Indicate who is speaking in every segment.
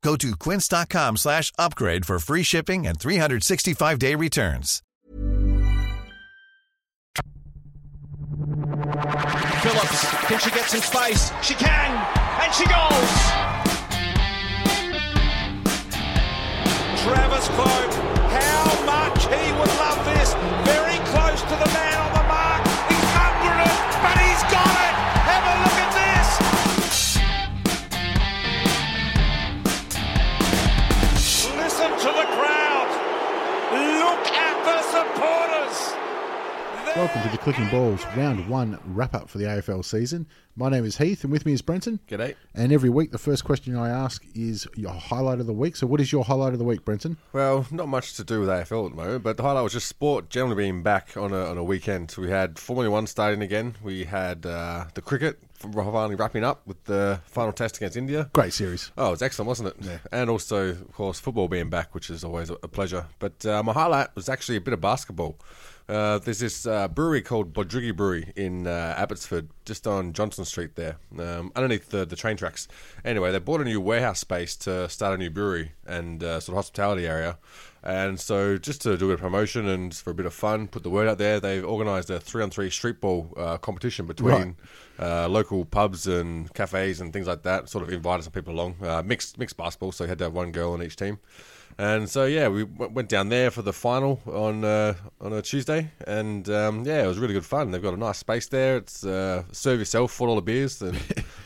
Speaker 1: Go to quince.com slash upgrade for free shipping and 365-day returns.
Speaker 2: Phillips, can she get some space? She can, and she goes! Travis Cloak, how much he would love this. Very close to the man on the mark. He's under it, but he's got it. Have a look at this. Listen to the crowd. Look at the supporters.
Speaker 3: Welcome to the Clicking Balls Round 1 wrap up for the AFL season. My name is Heath and with me is Brenton.
Speaker 4: G'day.
Speaker 3: And every week, the first question I ask is your highlight of the week. So, what is your highlight of the week, Brenton?
Speaker 4: Well, not much to do with AFL at the moment, but the highlight was just sport generally being back on a, on a weekend. So we had Formula One starting again. We had uh, the cricket finally wrapping up with the final test against India.
Speaker 3: Great series.
Speaker 4: Oh, it was excellent, wasn't it? And also, of course, football being back, which is always a a pleasure. But uh, my highlight was actually a bit of basketball. Uh, there's this uh, brewery called Bodrigi Brewery in uh, Abbotsford, just on Johnson Street there, um, underneath the, the train tracks. Anyway, they bought a new warehouse space to start a new brewery and uh, sort of hospitality area. And so, just to do a bit of promotion and for a bit of fun, put the word out there, they've organised a three on three street ball uh, competition between
Speaker 3: Right.
Speaker 4: uh, local pubs and cafes and things like that. Sort of invited some people along. Uh, mixed mixed basketball, so you had to have one girl on each team. And so yeah, we w- went down there for the final on uh, on a Tuesday, and um, yeah, it was really good fun. They've got a nice space there. It's uh, serve yourself, four dollar beers, and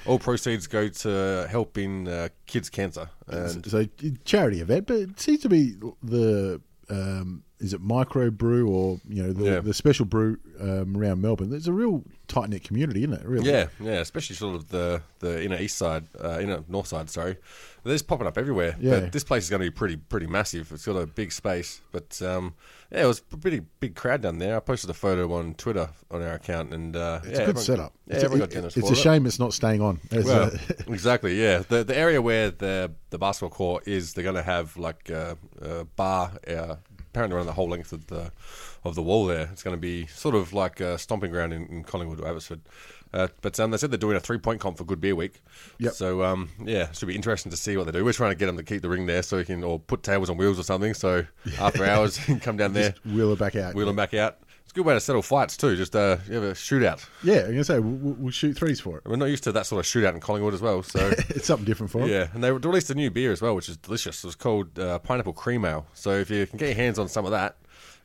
Speaker 4: all proceeds go to helping uh, kids cancer. And
Speaker 3: So, charity event, but it seems to be the. Um, is it micro brew or you know the,
Speaker 4: Yeah.
Speaker 3: the special brew um, around Melbourne? There's a real tight knit community, isn't it? Really,
Speaker 4: Yeah, yeah, especially sort of the the inner east side, uh, inner north side. Sorry, they're just popping up everywhere.
Speaker 3: Yeah.
Speaker 4: But this place is going to be pretty pretty massive. It's got a big space, but um, yeah, it was a pretty big crowd down there. I posted a photo on Twitter on our account, and uh,
Speaker 3: It's a good setup.
Speaker 4: Yeah,
Speaker 3: it's a,
Speaker 4: everyone got
Speaker 3: it-
Speaker 4: dinners
Speaker 3: it's
Speaker 4: for
Speaker 3: a
Speaker 4: it.
Speaker 3: shame it's not staying on. As uh,
Speaker 4: Well,
Speaker 3: a-
Speaker 4: exactly. Yeah, the the area where the the basketball court is, they're going to have like a, a bar, uh, apparently around the whole length of the of the wall. There, it's going to be sort of like a stomping ground in, in Collingwood or Abbotsford. Uh, but um, they said they're doing a three point comp for Good Beer Week.
Speaker 3: Yep.
Speaker 4: So um, yeah, should be interesting to see what they do. We're trying to get them to keep the ring there so we can or put tables on wheels or something. So after hours, you can come down there,
Speaker 3: just wheel it back out.
Speaker 4: wheel them back out. It's a good way to settle fights too. Just uh, you have a shootout.
Speaker 3: yeah, I'm gonna say we'll, we'll shoot threes for it.
Speaker 4: We're not used to that sort of shootout in Collingwood as well. So
Speaker 3: It's something different for it.
Speaker 4: Yeah, and they released a new beer as well, which is delicious. It was called uh, Pineapple Cream Ale. So if you can get your hands on some of that,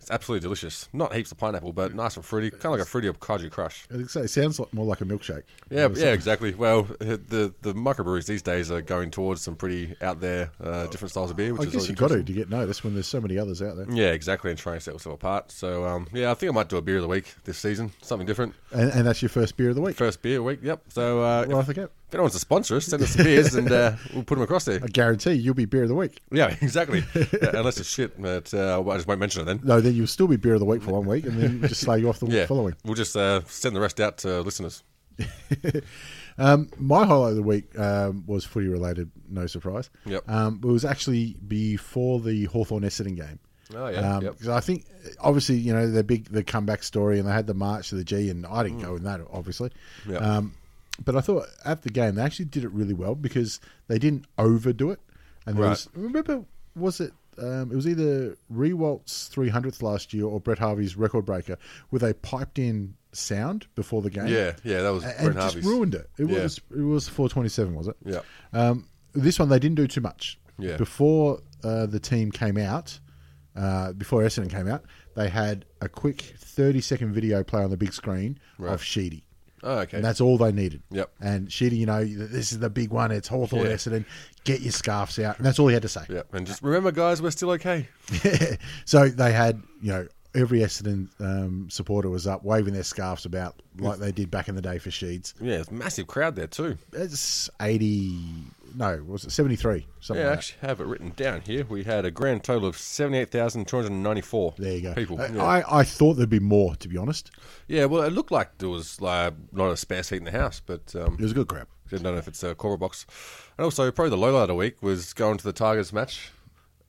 Speaker 4: it's absolutely delicious. Not heaps of pineapple, but nice and fruity, kind of like a fruity Kaju Crush.
Speaker 3: I think so. It sounds like more like a milkshake.
Speaker 4: Yeah, yeah, exactly. Well, uh, the the microbreweries these days are going towards some pretty out there uh, different styles of beer. Which
Speaker 3: I
Speaker 4: is Mm.
Speaker 3: guess
Speaker 4: always
Speaker 3: you got to
Speaker 4: interesting.
Speaker 3: to get noticed when there's so many others out there.
Speaker 4: Yeah, exactly, and try and set yourself apart. So um, yeah, I think I might do a beer of the week this season, something different.
Speaker 3: And, and that's your first beer of the week.
Speaker 4: First beer week, yep. So uh,
Speaker 3: Well, I
Speaker 4: if,
Speaker 3: think it-
Speaker 4: if anyone wants to sponsor us, send us some beers, and uh, we'll put them across there.
Speaker 3: I guarantee you'll be beer of the week.
Speaker 4: Yeah, exactly. Yeah, unless it's shit, but uh, I just won't mention it then.
Speaker 3: No, then you'll still be beer of the week for one week, and then just slay you off the
Speaker 4: Yeah,
Speaker 3: following.
Speaker 4: we'll just uh, send the rest out to listeners.
Speaker 3: My highlight of the week um, was footy related, no surprise.
Speaker 4: Yep.
Speaker 3: Um, it was actually before the Hawthorn Essendon game.
Speaker 4: Oh, yeah,
Speaker 3: Um,
Speaker 4: yep.
Speaker 3: 'cause I think obviously you know the big the comeback story, and they had the march to the G, and I didn't go in that obviously.
Speaker 4: Mm. Yep.
Speaker 3: Um, but I thought at the game they actually did it really well because they didn't overdo it. And there
Speaker 4: Right.
Speaker 3: was, remember, was it? Um, it was either Rewalt's 300th last year or Brett Harvey's record breaker, where they piped in sound before the game.
Speaker 4: Yeah, yeah, that was
Speaker 3: and
Speaker 4: Brent
Speaker 3: just
Speaker 4: Harvey's.
Speaker 3: ruined it. It
Speaker 4: Yeah.
Speaker 3: was it was 427, was it?
Speaker 4: Yeah.
Speaker 3: Um, this one they didn't do too much.
Speaker 4: Yeah.
Speaker 3: Before uh, the team came out, uh, before Essendon came out, they had a quick 30 second video play on the big screen of Sheedy.
Speaker 4: Oh, okay.
Speaker 3: And that's all they needed.
Speaker 4: Yep.
Speaker 3: And Sheedy, you know, this is the big one. It's Hawthorn
Speaker 4: Yeah.
Speaker 3: Essendon. Get your scarves out. And that's all he had to say.
Speaker 4: yeah, and just remember, guys, we're still okay.
Speaker 3: so they had, you know, every Essendon um, supporter was up waving their scarves about like they did back in the day for Sheeds.
Speaker 4: Yeah, it's a massive crowd there too.
Speaker 3: It's 80, no, was it 73? Something
Speaker 4: Yeah, I
Speaker 3: like that.
Speaker 4: actually have it written down here. We had a grand total of 78,294
Speaker 3: There you go. Uh,
Speaker 4: people.
Speaker 3: I,
Speaker 4: yeah.
Speaker 3: I, I thought there'd be more, to be honest.
Speaker 4: Yeah, well, it looked like there was like, not a spare seat in the house, but um,
Speaker 3: It was a good crap.
Speaker 4: I don't know if it's a corporate box. And also, probably the low light of the week was going to the Tigers match.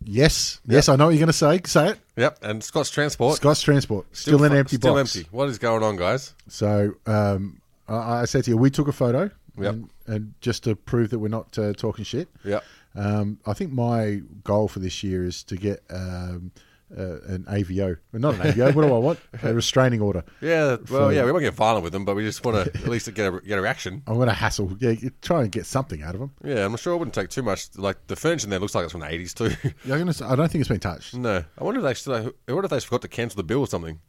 Speaker 3: Yes, yes, I know what you're going to say. Say it.
Speaker 4: Yep, and Scott's Transport.
Speaker 3: Scott's Transport still, an
Speaker 4: fu-
Speaker 3: empty
Speaker 4: still
Speaker 3: box.
Speaker 4: empty. What is going on, guys?
Speaker 3: So um, I, I said to you, we took a photo,
Speaker 4: Yep.
Speaker 3: and, and just to prove that we're not uh, talking shit.
Speaker 4: Yep.
Speaker 3: Um, I think my goal for this year is to get um, uh, an AVO, well, not an AVO. what do I want? A restraining order.
Speaker 4: Yeah, well, yeah, we won't get violent with them, but we just want to at least get a, get a reaction.
Speaker 3: I'm going to hassle. Yeah, you try and get something out of them.
Speaker 4: Yeah, I'm sure it wouldn't take too much. Like the furniture in there looks like it's from the 80s too.
Speaker 3: Yeah, I'm gonna say, I don't think it's been touched.
Speaker 4: no, I wonder if they still, I wonder if they forgot to cancel the bill or something.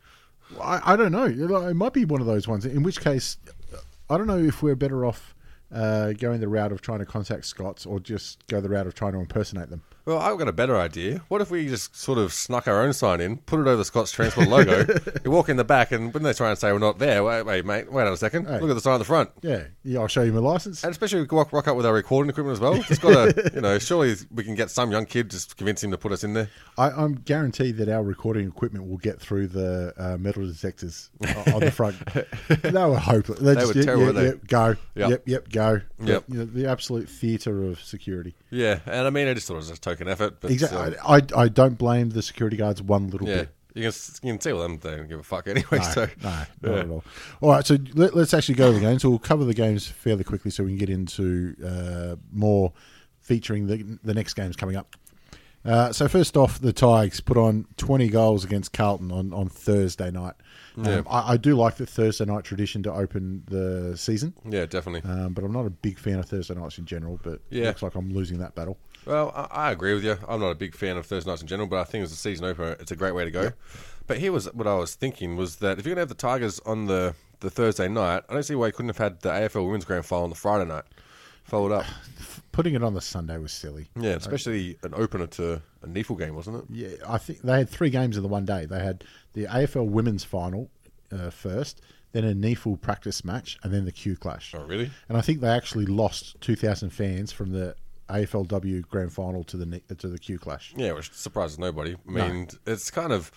Speaker 3: I, I don't know. It might be one of those ones. In which case, uh, I don't know if we're better off uh, going the route of trying to contact Scots or just go the route of trying to impersonate them.
Speaker 4: Well, I've got a better idea. What if we just sort of snuck our own sign in, put it over the Scots Transport logo, you walk in the back, and when they try and say we're not there, wait, wait, mate, wait on a second,
Speaker 3: Hey.
Speaker 4: look at the sign at the front.
Speaker 3: Yeah, yeah. I'll show you my license.
Speaker 4: And especially we can walk, rock up with our recording equipment as well. It's got to, you know, surely we can get some young kid just convince him to put us in there.
Speaker 3: I, I'm guaranteed that our recording equipment will get through the uh, metal detectors o- on the front. they were hopeless. They, just,
Speaker 4: were
Speaker 3: yeah,
Speaker 4: terrible,
Speaker 3: yeah,
Speaker 4: weren't they?
Speaker 3: yeah, go.
Speaker 4: Yep.
Speaker 3: Yep. yep, go.
Speaker 4: Yep.
Speaker 3: You know, the absolute theatre of security.
Speaker 4: Yeah, and I mean, I just thought it was a token effort, but
Speaker 3: Exactly.
Speaker 4: uh,
Speaker 3: I, I, I don't blame the security guards one little
Speaker 4: yeah,
Speaker 3: bit.
Speaker 4: you can, you can tell them they don't give a fuck anyway.
Speaker 3: No,
Speaker 4: so
Speaker 3: no, not at all. All right, so let, us actually go to the games. We'll cover the games fairly quickly so we can get into uh, more featuring the, the next games coming up. Uh, so first off, the Tigers put on 20 goals against Carlton on, on Thursday night. Um, I, I do like the Thursday night tradition to open the season,
Speaker 4: yeah, definitely.
Speaker 3: um, but I'm not a big fan of Thursday nights in general, but
Speaker 4: Yeah.
Speaker 3: it looks like I'm losing that battle.
Speaker 4: Well, I, I agree with you. I'm not a big fan of Thursday nights in general, but I think as a season opener, it's a great way to go. But here was what I was thinking was that if you're going to have the Tigers on the, the Thursday night, I don't see why you couldn't have had the AFL Women's Grand Final on the Friday night, followed up.
Speaker 3: Putting it on the Sunday was silly.
Speaker 4: Yeah, especially an opener to a Neefle game, wasn't it?
Speaker 3: Yeah, I think they had three games in the one day. They had the AFL Women's Final uh, first, then a NEFL practice match, and then the Q Clash.
Speaker 4: Oh, really?
Speaker 3: And I think they actually lost two thousand fans from the AFLW Grand Final to the Ne- to the Q Clash.
Speaker 4: Yeah, which surprises nobody. I mean, it's kind of.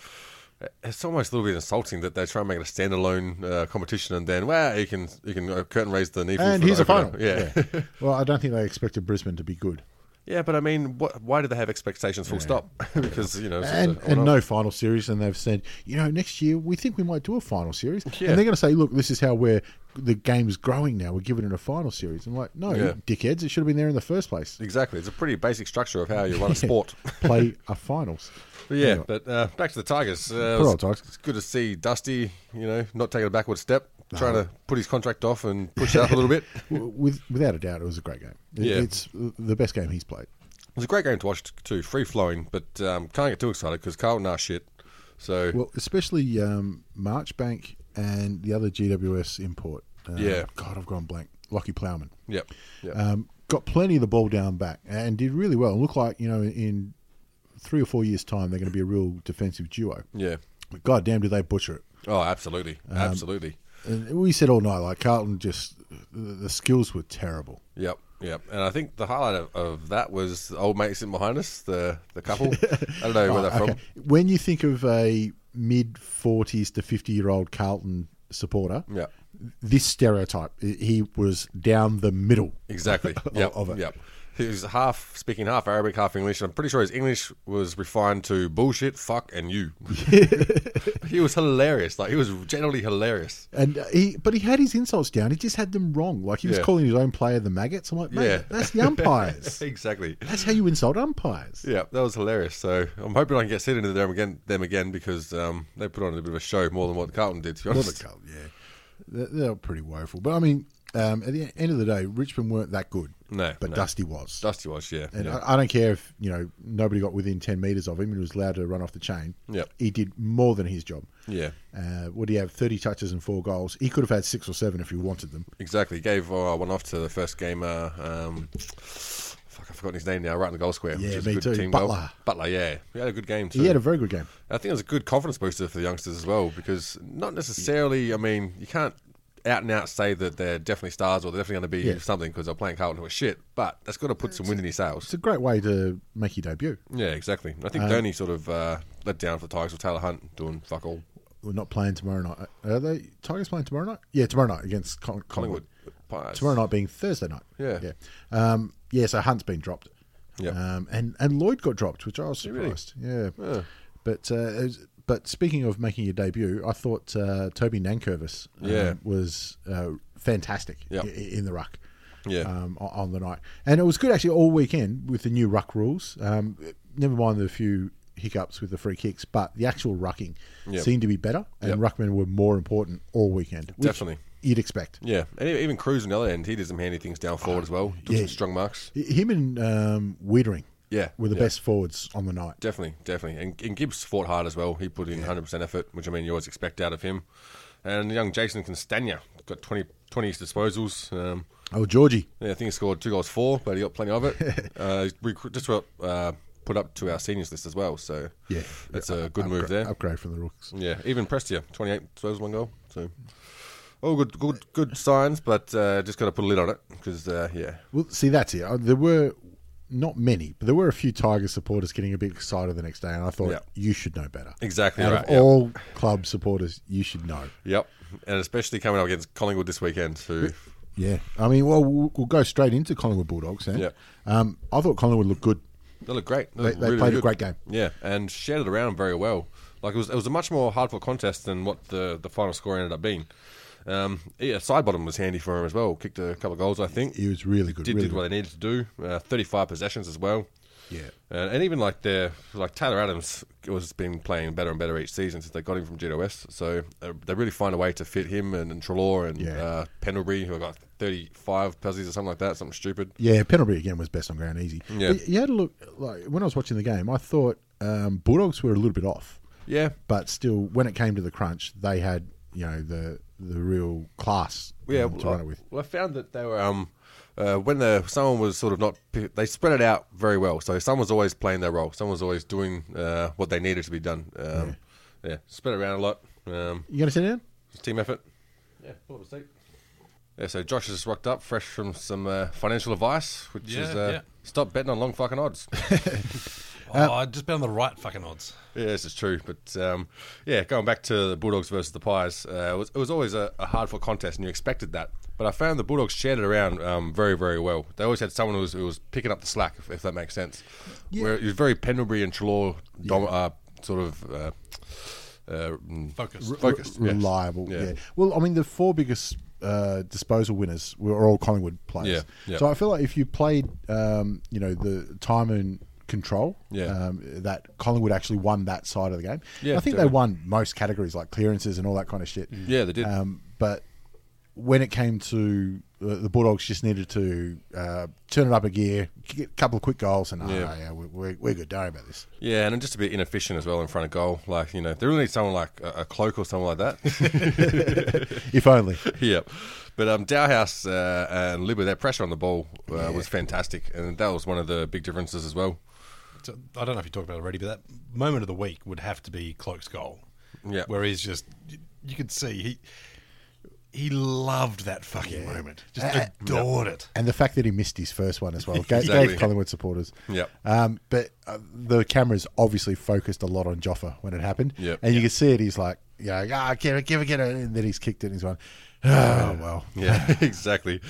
Speaker 4: It's almost a little bit insulting that they try and make it a standalone uh, competition, and then wow, you can you can uh, curtain raise the Neefle. for
Speaker 3: And
Speaker 4: the
Speaker 3: here's a
Speaker 4: opener.
Speaker 3: final.
Speaker 4: yeah,
Speaker 3: Yeah. well, I don't think they expected Brisbane to be good,
Speaker 4: Yeah, but I mean, what, why do they have expectations? Full stop. because you know, it's just
Speaker 3: and
Speaker 4: a-
Speaker 3: and no final series. And they've said, you know, next year we think we might do a final series,
Speaker 4: Yeah.
Speaker 3: and they're going to say, look, this is how we're the game's growing now. We're giving it a final series. I'm like, no,
Speaker 4: Yeah.
Speaker 3: dickheads, it should have been there in the first place.
Speaker 4: exactly. It's a pretty basic structure of how you run a sport.
Speaker 3: play a finals.
Speaker 4: But yeah, but uh, back to the Tigers. Uh,
Speaker 3: Poor
Speaker 4: it's-
Speaker 3: old Tigers.
Speaker 4: It's good to see Dusty. You know, not taking a backward step, trying to put his contract off and push it up a little bit. It
Speaker 3: W- With, without a doubt, it was a great game. It-
Speaker 4: Yeah.
Speaker 3: It's the best game he's played.
Speaker 4: was a great game to watch too, free flowing, but um, can't get too excited because Carlton are shit. So
Speaker 3: Well, especially um, Marchbank and the other GWS import. Um,
Speaker 4: Yeah.
Speaker 3: God, I've gone blank. Lockie Plowman.
Speaker 4: yep, yep.
Speaker 3: Um, got plenty of the ball down back and did really well. And looked like, you know, in three or four years' time, they're going to be a real defensive duo.
Speaker 4: yeah.
Speaker 3: But God damn, did they butcher it.
Speaker 4: Oh, absolutely,
Speaker 3: um,
Speaker 4: absolutely.
Speaker 3: And we said all night, like, Carlton just, the, the skills were terrible.
Speaker 4: Yep, yep. And I think the highlight of, of that was the old mate sitting behind us, the the couple. I don't know where they're from.
Speaker 3: Oh, Ah, Okay. When you think of a mid 40s to 50 year old Carlton supporter,
Speaker 4: Yeah.
Speaker 3: this stereotype, i- he was down the middle.
Speaker 4: Exactly. Yep.
Speaker 3: of it.
Speaker 4: Yep. He was half speaking half Arabic, half English. I'm pretty sure his English was refined to bullshit, fuck, and you. he was hilarious. Like he was generally hilarious.
Speaker 3: And uh, he, but he had his insults down. He just had them wrong. Like he was
Speaker 4: Yeah.
Speaker 3: calling his own player the maggots. I'm like, mate,
Speaker 4: Yeah.
Speaker 3: that's the umpires.
Speaker 4: Exactly.
Speaker 3: that's how you insult umpires.
Speaker 4: Yeah, that was hilarious. So I'm hoping I can get seen into them again. Them again because um, they put on a bit of a show more than what Carlton did. To be honest.
Speaker 3: Carlton, yeah, they're, they're pretty woeful. But I mean, um, at the end of the day, Richmond weren't that good.
Speaker 4: No,
Speaker 3: but
Speaker 4: no.
Speaker 3: Dusty was.
Speaker 4: Dusty was. Yeah.
Speaker 3: And
Speaker 4: yeah.
Speaker 3: I, I don't care if you know nobody got within ten meters of him and he was allowed to run off the chain.
Speaker 4: Yep.
Speaker 3: he did more than his job.
Speaker 4: Yeah.
Speaker 3: Uh, would he have thirty touches and four goals? He could have had six or seven if he wanted them.
Speaker 4: Exactly. Gave uh, one off to the first gamer. Um, fuck, I've forgotten his name now. Right in the goal square.
Speaker 3: Yeah,
Speaker 4: which is
Speaker 3: me
Speaker 4: a good
Speaker 3: too.
Speaker 4: Team
Speaker 3: Butler.
Speaker 4: goal. Butler. Yeah, he had a good game too.
Speaker 3: He had a very good game.
Speaker 4: I think it was a good confidence booster for the youngsters as well because not necessarily. I mean, you can't out and out say that they're definitely stars or they're definitely going to be
Speaker 3: Yeah.
Speaker 4: something because they're playing Carlton who are shit, but that's got to put some wind in his sails.
Speaker 3: It's a great way to make your debut.
Speaker 4: Yeah, exactly. I think the only sort of uh, let down for the Tigers was Taylor Hunt doing fuck all.
Speaker 3: We're not playing tomorrow night. Are they Tigers playing tomorrow night? Yeah, tomorrow night against Col- Collingwood.
Speaker 4: Collingwood. Pies.
Speaker 3: Tomorrow night being Thursday night.
Speaker 4: Yeah.
Speaker 3: yeah, um, yeah. So Hunt's been dropped.
Speaker 4: Yep.
Speaker 3: um, and and Lloyd got dropped, which I was
Speaker 4: really?
Speaker 3: surprised. Yeah. but uh, it was- but speaking of making your debut, I thought uh, Toby Nankervis um,
Speaker 4: Yeah.
Speaker 3: was uh, fantastic
Speaker 4: Yep.
Speaker 3: i- in the ruck.
Speaker 4: Yeah.
Speaker 3: um, o- on the night, and it was good actually all weekend with the new ruck rules. Um, never mind the few hiccups with the free kicks, but the actual rucking
Speaker 4: Yep.
Speaker 3: seemed to be better, and
Speaker 4: Yep.
Speaker 3: ruckmen were more important all weekend. which
Speaker 4: Definitely.
Speaker 3: you'd expect.
Speaker 4: Yeah, and e- even Cruz on the other end, he did some handy things down forward as well. Took
Speaker 3: Ah, Yeah.
Speaker 4: some strong marks.
Speaker 3: Him and um, Wiedering
Speaker 4: Yeah,
Speaker 3: were the
Speaker 4: yeah.
Speaker 3: best forwards on the night.
Speaker 4: Definitely, definitely. And, and Gibbs fought hard as well. He put in 100% effort, which I mean, you always expect out of him. And young Jason Castagna got 20, 20 disposals. Um,
Speaker 3: Oh, Georgie.
Speaker 4: yeah, I think he scored two goals, four, but he got plenty of it. uh, we cr- just got uh, put up to our seniors list as well. So
Speaker 3: Yeah.
Speaker 4: that's a good move
Speaker 3: Upgra-
Speaker 4: there. Mm.
Speaker 3: Upgrade from the rooks.
Speaker 4: Yeah, even Prestia, 28 disposals, one goal. So all good, good, good signs, but uh, just got to put a lid on it because uh, yeah,
Speaker 3: Well, see, that's it. Uh, There were not many, but there were a few Tiger supporters getting a bit excited the next day, and I thought
Speaker 4: Yeah.
Speaker 3: you should know better.
Speaker 4: Exactly
Speaker 3: Out
Speaker 4: right,
Speaker 3: of
Speaker 4: yeah.
Speaker 3: all club supporters, you should know.
Speaker 4: Yep, and especially coming up against Collingwood this weekend. Who?
Speaker 3: Yeah, I mean, well, we'll we'll go straight into Collingwood Bulldogs. Then.
Speaker 4: Yeah.
Speaker 3: Um, I thought Collingwood looked good.
Speaker 4: They look great.
Speaker 3: They-
Speaker 4: look
Speaker 3: they played a great game.
Speaker 4: Yeah, and shared it around very well. Like it was, it was a much more hard fought contest than what the the final score ended up being. Um, yeah, side bottom was handy for him as well. Kicked a couple of goals, I think.
Speaker 3: He was really good.
Speaker 4: did,
Speaker 3: really
Speaker 4: did what they needed to do. Uh, Thirty five possessions as well.
Speaker 3: good. Yeah.
Speaker 4: And, Uh, and even like their like Taylor Adams was been playing better and better each season since they got him from GWS. So uh, they really find a way to fit him and, and Trelaw and
Speaker 3: Yeah.
Speaker 4: uh, Pendlebury, who got thirty five puzzies or something like that, something stupid.
Speaker 3: Yeah, Pendlebury again was best on ground, easy.
Speaker 4: Yeah.
Speaker 3: But you had a look. Like when I was watching the game, I thought um, Bulldogs were a little bit off.
Speaker 4: Yeah,
Speaker 3: but still, when it came to the crunch, they had you know the the real class
Speaker 4: yeah,
Speaker 3: um, to
Speaker 4: well,
Speaker 3: run it with.
Speaker 4: well, I found that they were um, uh, when the someone was sort of not they spread it out very well. So someone was always playing their role. Someone was always doing uh, what they needed to be done. Um, yeah. spread it around a lot. Um,
Speaker 3: You gonna sit down?
Speaker 4: it was team effort. Yeah, pull up a seat. Yeah, so Josh has rocked up fresh from some uh, financial advice, which
Speaker 5: Yeah,
Speaker 4: is uh,
Speaker 5: yeah.
Speaker 4: stop betting on long fucking odds.
Speaker 5: Oh, I just bet on the right fucking odds.
Speaker 4: Yeah, this is true. But um, yeah, going back to the Bulldogs versus the Pies, uh, it, was, it was always a, a hard fought contest, and you expected that. But I found the Bulldogs shared it around um, very, very well. They always had someone who was, who was picking up the slack, if, if that makes sense. Where it was very Pendlebury and Trelaw dom- uh, sort of uh, uh, mm,
Speaker 5: Focus.
Speaker 4: focused.
Speaker 3: Re-
Speaker 4: yes.
Speaker 3: reliable.
Speaker 4: Yeah.
Speaker 3: Yeah. Well, I mean, the four biggest uh, disposal winners were all Collingwood
Speaker 4: Yeah,
Speaker 3: players.
Speaker 4: yeah.
Speaker 3: So I feel like if you played, um, you know, the time and control,
Speaker 4: Yeah.
Speaker 3: um, that Collingwood actually won that side of the game.
Speaker 4: Yeah,
Speaker 3: I think
Speaker 4: definitely.
Speaker 3: they won most categories like clearances and all that kind of shit.
Speaker 4: Yeah, they did.
Speaker 3: Um, but when it came to uh, the, the Bulldogs, just needed to uh, turn it up a gear, get a couple of quick goals, and oh,
Speaker 4: Yeah.
Speaker 3: yeah, we- we're, we're good. Don't worry about this.
Speaker 4: Yeah, and just a bit inefficient as well in front of goal. Like, you know, they really need someone like a, a cloak or someone like that.
Speaker 3: If only.
Speaker 4: yep. But um, Dowhouse uh, and Libba, their pressure on the ball uh, was fantastic, and that was one of the big differences as well.
Speaker 5: So, I don't know if you talked about it already, but that moment of the week would have to be Cloak's goal.
Speaker 4: Yeah.
Speaker 5: Where he's just, you, you could see he he loved that fucking moment. Just adored it.
Speaker 3: And the fact that he missed his first one as well gave,
Speaker 4: Exactly.
Speaker 3: gave Collingwood supporters.
Speaker 4: Yep.
Speaker 3: Um, but uh, the cameras obviously focused a lot on Joffa when it happened.
Speaker 4: Yep.
Speaker 3: And you can see it. He's like, yeah, ah, give it, give it, get it. And then he's kicked it and he's gone, oh, well,
Speaker 4: Yeah, exactly.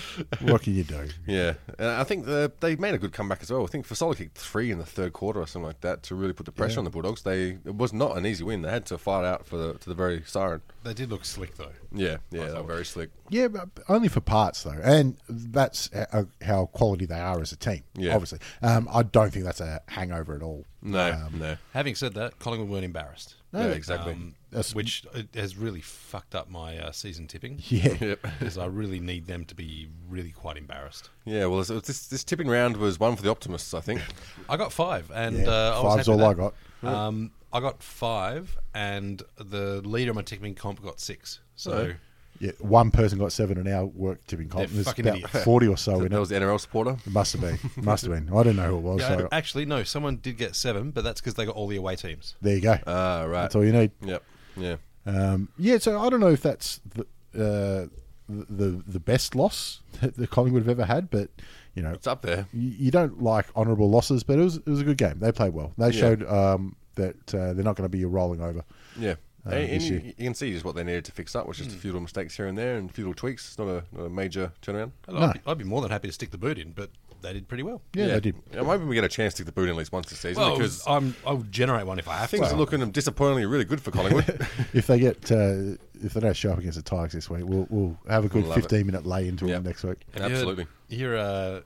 Speaker 3: what can you do?
Speaker 4: Yeah, and I think the, they made a good comeback as well. I think Fasola kicked three in the third quarter or something like that to really put the pressure on the Bulldogs. They it was not an easy win. They had to fight out for the to the very siren.
Speaker 5: They did look slick, though.
Speaker 4: Yeah, yeah, they were very slick.
Speaker 3: Yeah, but only for parts, though. And that's uh, how quality they are as a team,
Speaker 4: Yeah.
Speaker 3: obviously. Um, I don't think that's a hangover at all.
Speaker 4: No, no,
Speaker 5: Having said that, Collingwood weren't embarrassed.
Speaker 4: yeah, exactly.
Speaker 5: Um,
Speaker 3: That's-
Speaker 5: which uh, has really fucked up my uh, season tipping.
Speaker 3: Yeah.
Speaker 4: yep.
Speaker 5: Because I really need them to be really quite embarrassed.
Speaker 4: Yeah, well, it's- it's this this tipping round was one for the optimists, I think.
Speaker 5: I got five, and
Speaker 3: Yeah,
Speaker 5: uh, I was
Speaker 3: five's
Speaker 5: happy with
Speaker 3: all I
Speaker 5: that. Um, I got five, and the leader of my tipping comp got six.
Speaker 4: Oh.
Speaker 5: So
Speaker 3: Yeah, one person got seven an hour work tipping comp.
Speaker 5: They're
Speaker 3: There's
Speaker 5: fucking
Speaker 3: about
Speaker 5: idiots.
Speaker 3: 40 or so in
Speaker 4: That
Speaker 3: it.
Speaker 4: was the NRL supporter.
Speaker 3: Must have been. Must have been. I don't know who it was.
Speaker 5: Yeah,
Speaker 3: so
Speaker 5: actually, no, someone did get seven, but that's because they got all the away teams.
Speaker 3: There you go.
Speaker 5: Oh,
Speaker 4: Ah, right.
Speaker 3: That's all you need.
Speaker 4: Yep. Yeah.
Speaker 3: Um, yeah, so I don't know if that's the, uh, the the best loss that the Collingwood have ever had, but you know
Speaker 4: It's up there.
Speaker 3: you, you don't like honourable losses, but it was it was a good game. They played well. They showed um, that uh, they're not going to be a rolling over.
Speaker 4: Yeah.
Speaker 3: Uh,
Speaker 4: and and you,
Speaker 3: issue.
Speaker 4: you can see just what they needed to fix up, which is
Speaker 5: Hmm.
Speaker 4: a few little mistakes here and there and a few little tweaks. It's not a, not a major turnaround.
Speaker 5: I'd, be, I'd be more than happy to stick the boot in, but they did pretty well.
Speaker 3: Yeah, they did.
Speaker 4: I'm hoping we get a chance to stick the boot in at least once this season
Speaker 5: Well,
Speaker 4: because
Speaker 5: I'm, I'll generate one if I have
Speaker 4: things
Speaker 5: to.
Speaker 4: are looking disappointingly really good for Collingwood.
Speaker 3: If they get uh, if they don't show up against the Tigers this week, we'll we'll have a good
Speaker 4: Love it.
Speaker 3: fifteen minute lay into
Speaker 4: Yep.
Speaker 3: them next week.
Speaker 5: Have you heard-
Speaker 4: Absolutely.
Speaker 5: You hear uh,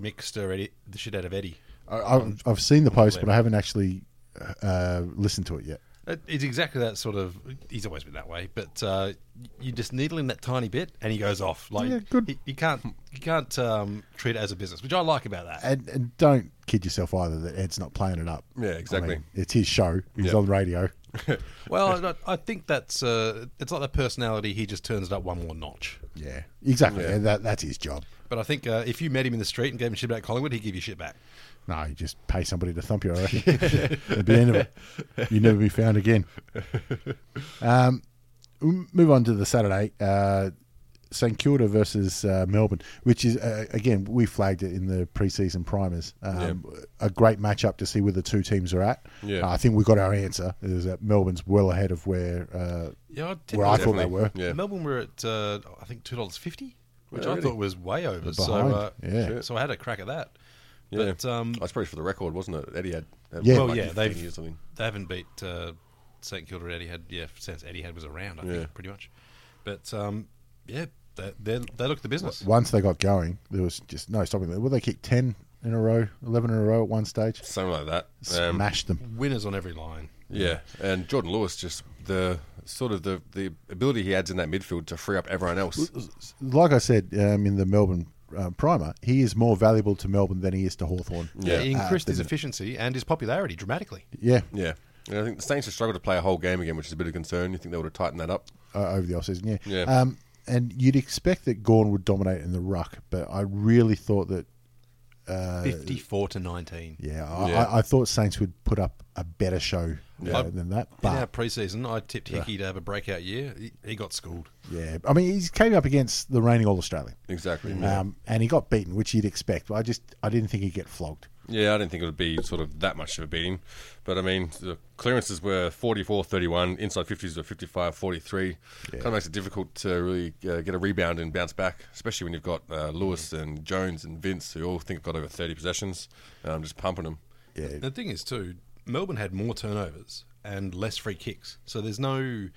Speaker 5: Mick stir Eddie, the shit out of Eddie.
Speaker 3: I, I've, I've seen the post, but I haven't actually uh, listened to it yet.
Speaker 5: It- Uh, It's exactly that sort of. He's always been that way, but uh, you just needle him that tiny bit, and he goes off. Like
Speaker 3: Yeah, good.
Speaker 5: He, you can't you can't um, treat it as a business, which I like about that.
Speaker 3: And, and don't kid yourself either that Ed's not playing it up.
Speaker 4: Yeah,
Speaker 3: I
Speaker 4: exactly.
Speaker 3: mean, it's his show. He's
Speaker 4: Yep.
Speaker 3: on radio.
Speaker 5: well, I- I think that's uh, it's like that personality. He just turns it up one more notch.
Speaker 3: Yeah, exactly.
Speaker 4: Yeah.
Speaker 3: And that that's his job.
Speaker 5: But I think uh, if you met him in the street and gave him shit about Collingwood, he'd give you shit back.
Speaker 3: No, you just pay somebody to thump you. I reckon. That'd be the end of it. You'd never be found again. Um, we'll move on to the Saturday. Uh, St Kilda versus uh, Melbourne, which is uh, again we flagged it in the preseason primers. Um, A great matchup to see where the two teams are at.
Speaker 4: Yeah.
Speaker 3: Uh, I think we got our answer. Is that Melbourne's well ahead of where uh,
Speaker 5: Yeah, I
Speaker 3: where I thought
Speaker 4: Definitely.
Speaker 3: they were.
Speaker 4: Yeah.
Speaker 5: Melbourne were at uh, I think two dollars fifty, which
Speaker 4: Yeah,
Speaker 5: I
Speaker 4: really?
Speaker 5: thought was way over. So
Speaker 3: behind,
Speaker 5: uh,
Speaker 3: yeah.
Speaker 5: so I had a crack at that.
Speaker 4: Yeah.
Speaker 5: But um,
Speaker 4: That's probably for the record, wasn't it? Eddie had. had
Speaker 3: Yeah.
Speaker 5: well,
Speaker 4: like
Speaker 5: yeah,
Speaker 4: 15
Speaker 5: they've
Speaker 4: years or something.
Speaker 5: they haven't beat uh, St Kilda. Eddie had yeah since Eddie had was around. I
Speaker 4: Yeah.
Speaker 5: think pretty much. But um, yeah, they they they look at the business.
Speaker 3: Once they got going, there was just no stopping them. Well, they kicked ten in a row, eleven in a row at one stage,
Speaker 4: Something like that. Um,
Speaker 3: smashed them.
Speaker 5: Winners on every line.
Speaker 4: Yeah, and Jordan Lewis just the sort of the the ability he adds in that midfield to free up everyone else.
Speaker 3: like I said um, in the Melbourne uh, primer, he is more valuable to Melbourne than he is to Hawthorn.
Speaker 4: Yeah.
Speaker 5: he increased
Speaker 3: Uh,
Speaker 5: his
Speaker 3: the-
Speaker 5: efficiency and his popularity dramatically.
Speaker 3: Yeah,
Speaker 4: Yeah, and I think the Saints have struggled to play a whole game again, which is a bit of concern. You think they would have tightened that up?
Speaker 3: uh, over the offseason. Yeah.
Speaker 4: Yeah.
Speaker 3: Um, and you'd expect that Gorn would dominate in the ruck, but I really thought that,
Speaker 5: Fifty-four to nineteen.
Speaker 3: Uh, yeah, I,
Speaker 4: Yeah.
Speaker 3: I, I thought Saints would put up a better show uh,
Speaker 5: Yeah.
Speaker 3: than that.
Speaker 5: In our
Speaker 3: But
Speaker 5: preseason, I tipped Hickey to have a breakout year. He, he got schooled.
Speaker 3: yeah, I mean, he's came up against the reigning All Australian,
Speaker 4: Exactly. Yeah.
Speaker 3: um, and he got beaten, which you'd expect. But I just, I didn't think he'd get flogged.
Speaker 4: yeah, I didn't think it would be sort of that much of a beating, but I mean the clearances were 44-31, inside 50s were 55-43. Kind of makes it difficult to really uh, get a rebound and bounce back, especially when you've got uh, Lewis and Jones and Vince, who all think got over 30 possessions, um, just pumping them.
Speaker 3: Yeah.
Speaker 5: The thing is, too, Melbourne had more turnovers and less free kicks, so there's no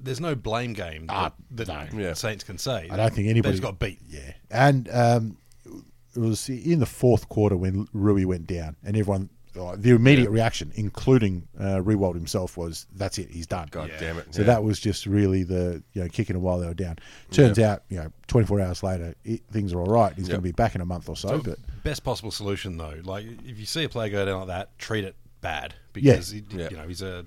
Speaker 5: there's no blame game that, that
Speaker 4: Yeah.
Speaker 5: Saints can say.
Speaker 3: I don't think anybody
Speaker 5: has got beat.
Speaker 3: Yeah, and um, it was in the fourth quarter when Rui went down, and everyone like, the immediate reaction, including uh, Rewald himself, was that's it, he's done.
Speaker 4: God damn it!
Speaker 3: So
Speaker 4: Yeah.
Speaker 3: that was just really the you know kicking a while they were down. Turns out you know 24 hours later it, things are all right. He's going to be back in a month or so, but
Speaker 5: Best possible solution, though. Like if you see a player go down like that, treat it bad because he,
Speaker 4: Yeah.
Speaker 5: you know he's a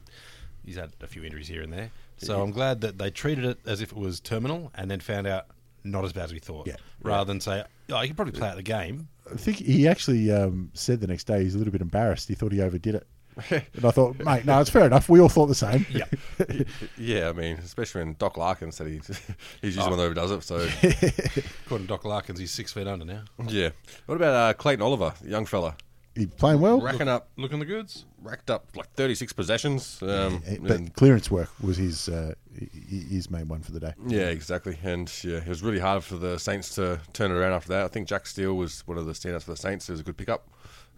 Speaker 5: he's had a few injuries here and there. So I'm glad that they treated it as if it was terminal, and then found out not as bad as we thought.
Speaker 3: Yeah.
Speaker 5: Rather than say, "Oh, you can probably play out the game."
Speaker 3: I think he actually um, said the next day he's a little bit embarrassed. He thought he overdid it. and I thought, mate, no, it's fair enough. We all thought the same. Yeah.
Speaker 4: Yeah, I mean, especially when Doc Larkin said he, he's usually the one that overdoes it. So,
Speaker 5: According to Doc Larkins, he's six feet under now.
Speaker 4: yeah. What about uh, Clayton Oliver, the young fella?
Speaker 3: He's playing well,
Speaker 4: Racking up,
Speaker 5: Looking the goods.
Speaker 4: racked up like 36 possessions. Um,
Speaker 3: Eh,
Speaker 4: and-
Speaker 3: but clearance work was his uh, h- h- his main one for the day.
Speaker 4: yeah, exactly. And yeah, it was really hard for the Saints to turn it around after that. I think Jack Steele was one of the standouts for the Saints. It was a good pickup.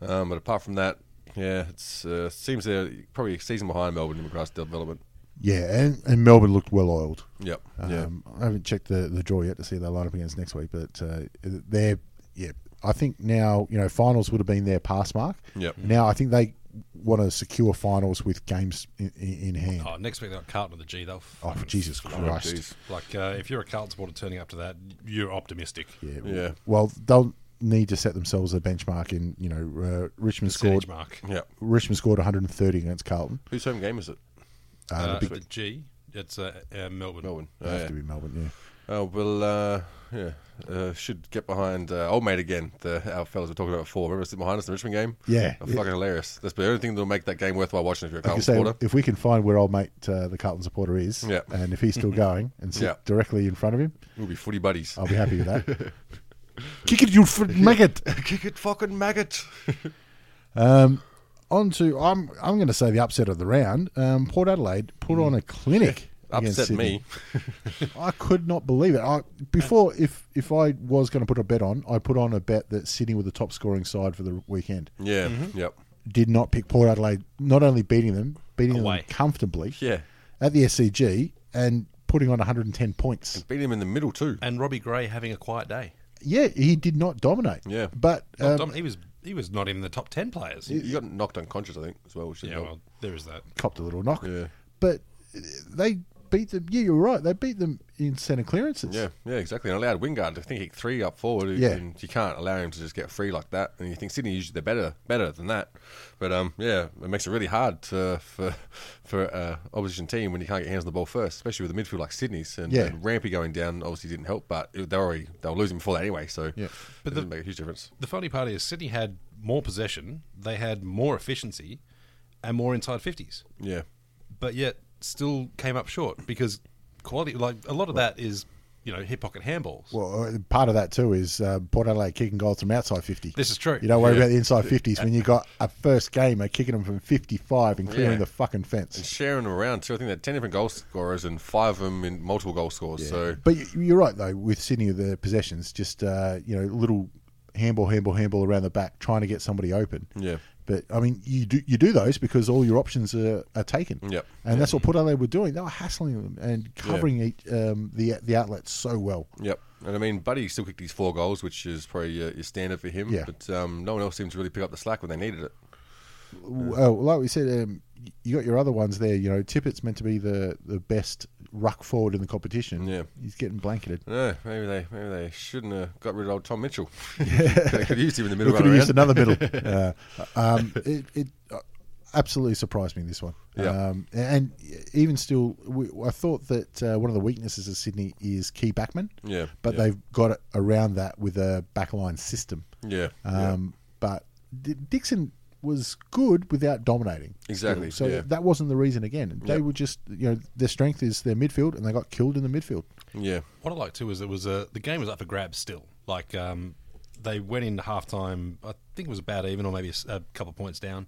Speaker 4: Um, but apart from that, yeah, it uh, seems they're probably a season behind Melbourne in regards to development.
Speaker 3: Yeah, and, and Melbourne looked well oiled.
Speaker 4: Yep. yeah.
Speaker 3: Um, I haven't checked the, the draw yet to see their lineup against next week, but uh, they're yeah. I think now you know finals would have been their pass mark.
Speaker 4: Yep.
Speaker 5: Mm-hmm.
Speaker 3: Now I think they want to secure finals with games in, in in hand.
Speaker 5: Oh, next week they got Carlton at the G. They'll.
Speaker 3: Oh,
Speaker 5: fucking
Speaker 3: Jesus
Speaker 5: flog 'em.
Speaker 3: Christ!
Speaker 4: Jeez.
Speaker 5: Like uh, if you're a Carlton supporter turning up to that, you're optimistic.
Speaker 3: Yeah.
Speaker 4: Yeah.
Speaker 3: Well, they'll need to set themselves a benchmark in you know uh, Richmond
Speaker 5: Percentage
Speaker 3: scored.
Speaker 5: mark.
Speaker 4: Yep.
Speaker 3: Richmond scored 130 against Carlton.
Speaker 4: Whose home game is it?
Speaker 3: Uh,
Speaker 5: Uh,
Speaker 3: the big,
Speaker 5: the G. It's uh, uh, Melbourne.
Speaker 4: Melbourne. Oh,
Speaker 3: have
Speaker 4: yeah.
Speaker 3: to be Melbourne. Yeah.
Speaker 4: Uh, well, uh, yeah, uh, should get behind uh, old mate again. The our fellas were talking about before. Remember sitting behind us in the Richmond game?
Speaker 3: Yeah.
Speaker 4: They're fucking hilarious. That's the only thing that'll make that game worthwhile watching if you're a
Speaker 3: Like you
Speaker 4: Carlton
Speaker 3: say,
Speaker 4: supporter.
Speaker 3: if we can find where old mate uh, the Carlton supporter is,
Speaker 4: Yeah.
Speaker 3: and if he's still going, and sit
Speaker 4: Yeah.
Speaker 3: directly in front of him,
Speaker 4: We'll be footy buddies.
Speaker 3: I'll be happy with that. Kick it, you fr- maggot!
Speaker 4: Kick it, fucking maggot.
Speaker 3: On to I'm I'm going to say the upset of the round. Um, Port Adelaide put on a clinic. against
Speaker 4: Upset
Speaker 3: Sydney.
Speaker 4: me.
Speaker 3: I could not believe it. I, before, if if I was going to put a bet on, I put on a bet that Sydney were the top scoring side for the weekend.
Speaker 4: Yeah.
Speaker 3: Mm-hmm.
Speaker 4: Yep.
Speaker 3: Did not pick Port Adelaide. Not only beating them, beating
Speaker 6: Away.
Speaker 3: them comfortably
Speaker 4: Yeah.
Speaker 3: at the SCG and putting on 110 points.
Speaker 4: Beat him in the middle too.
Speaker 5: And Robbie Gray having a quiet day.
Speaker 3: Yeah, he did not dominate.
Speaker 4: Yeah.
Speaker 3: but
Speaker 5: Well,
Speaker 3: um,
Speaker 5: Dom- he was he was not in the top ten players.
Speaker 4: You got knocked unconscious, I think, as well. Which is
Speaker 5: yeah,
Speaker 4: not-
Speaker 5: well, there is that.
Speaker 3: copped a little knock.
Speaker 4: Yeah.
Speaker 3: But they beat them. Yeah, you're right. They beat them in centre clearances.
Speaker 4: Yeah, yeah, exactly. And allowed Wingard to think he three up forward.
Speaker 3: Yeah.
Speaker 4: and you can't allow him to just get free like that. And you think Sydney usually they're better, better than that. But um, yeah, it makes it really hard to, for for uh, opposition team when you can't get hands on the ball first, especially with a midfield like Sydney's and,
Speaker 3: Yeah.
Speaker 4: and Rampy going down obviously didn't help. But it- they were already they were losing before that anyway, so
Speaker 3: Yeah.
Speaker 4: but
Speaker 5: But
Speaker 4: it
Speaker 5: the-
Speaker 4: doesn't make a huge difference.
Speaker 5: The funny part is Sydney had more possession, they had more efficiency, and more inside fifties,
Speaker 4: Yeah,
Speaker 5: but yet still came up short because quality. Like a lot of that is you know hip pocket handballs.
Speaker 3: Well, uh, part of that too is uh, Port Adelaide kicking goals from outside 50.
Speaker 5: This is true.
Speaker 3: You don't worry
Speaker 4: Yeah.
Speaker 3: about the inside 50s when you got a first gamer kicking them from 55 and clearing
Speaker 4: Yeah.
Speaker 3: the fucking
Speaker 4: and
Speaker 3: fence.
Speaker 4: sharing them around too. I think they're ten different goal scorers and five of them in multiple goal scores. So
Speaker 3: But you- you're right though with Sydney the possessions, just uh, you know little handball, handball, handball around the back, trying to get somebody open.
Speaker 4: Yeah.
Speaker 3: But I mean, you do you do those because all your options are, are taken.
Speaker 4: Yep.
Speaker 3: And that's what Port Adelaide were doing. They were hassling them and covering each, um, the the outlets so well.
Speaker 4: Yep. And I mean, Buddy still kicked his four goals, which is probably uh, your standard for him.
Speaker 3: Yeah.
Speaker 4: But um, no one else seemed to really pick up the slack when they needed it.
Speaker 3: Well, like we said, um, you got your other ones there. You know, Tippett's meant to be the, the best ruck forward in the competition.
Speaker 4: Yeah.
Speaker 3: he's getting blanketed.
Speaker 4: No, maybe they maybe they shouldn't have got rid of old Tom Mitchell. they could have used him in the middle
Speaker 3: We could have
Speaker 4: run
Speaker 3: used
Speaker 4: around.
Speaker 3: another middle. Uh, um, it it uh, absolutely surprised me this one.
Speaker 4: Yeah.
Speaker 3: Um, and even still, we, I thought that uh, one of the weaknesses of Sydney is key backman.
Speaker 4: Yeah,
Speaker 3: But
Speaker 4: yeah.
Speaker 3: they've got it around that with a backline system.
Speaker 4: Yeah, yeah.
Speaker 3: Um, But D- Dixon was good without dominating.
Speaker 4: Exactly,
Speaker 3: So
Speaker 4: yeah.
Speaker 3: that wasn't the reason. Again, they
Speaker 4: Yep.
Speaker 3: were just you know their strength is their midfield, and they got killed in the midfield.
Speaker 4: Yeah.
Speaker 5: What I like too is it was a the game was up for grabs still. Like um, they went in halftime, I think it was about even or maybe a, s- a couple of points down,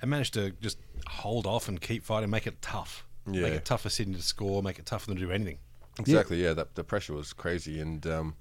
Speaker 5: and managed to just hold off and keep fighting, make it tough,
Speaker 4: Yeah.
Speaker 5: make it tough for Sydney to score, make it tough for them to do anything.
Speaker 4: Exactly. Yeah. That the pressure was crazy, and um,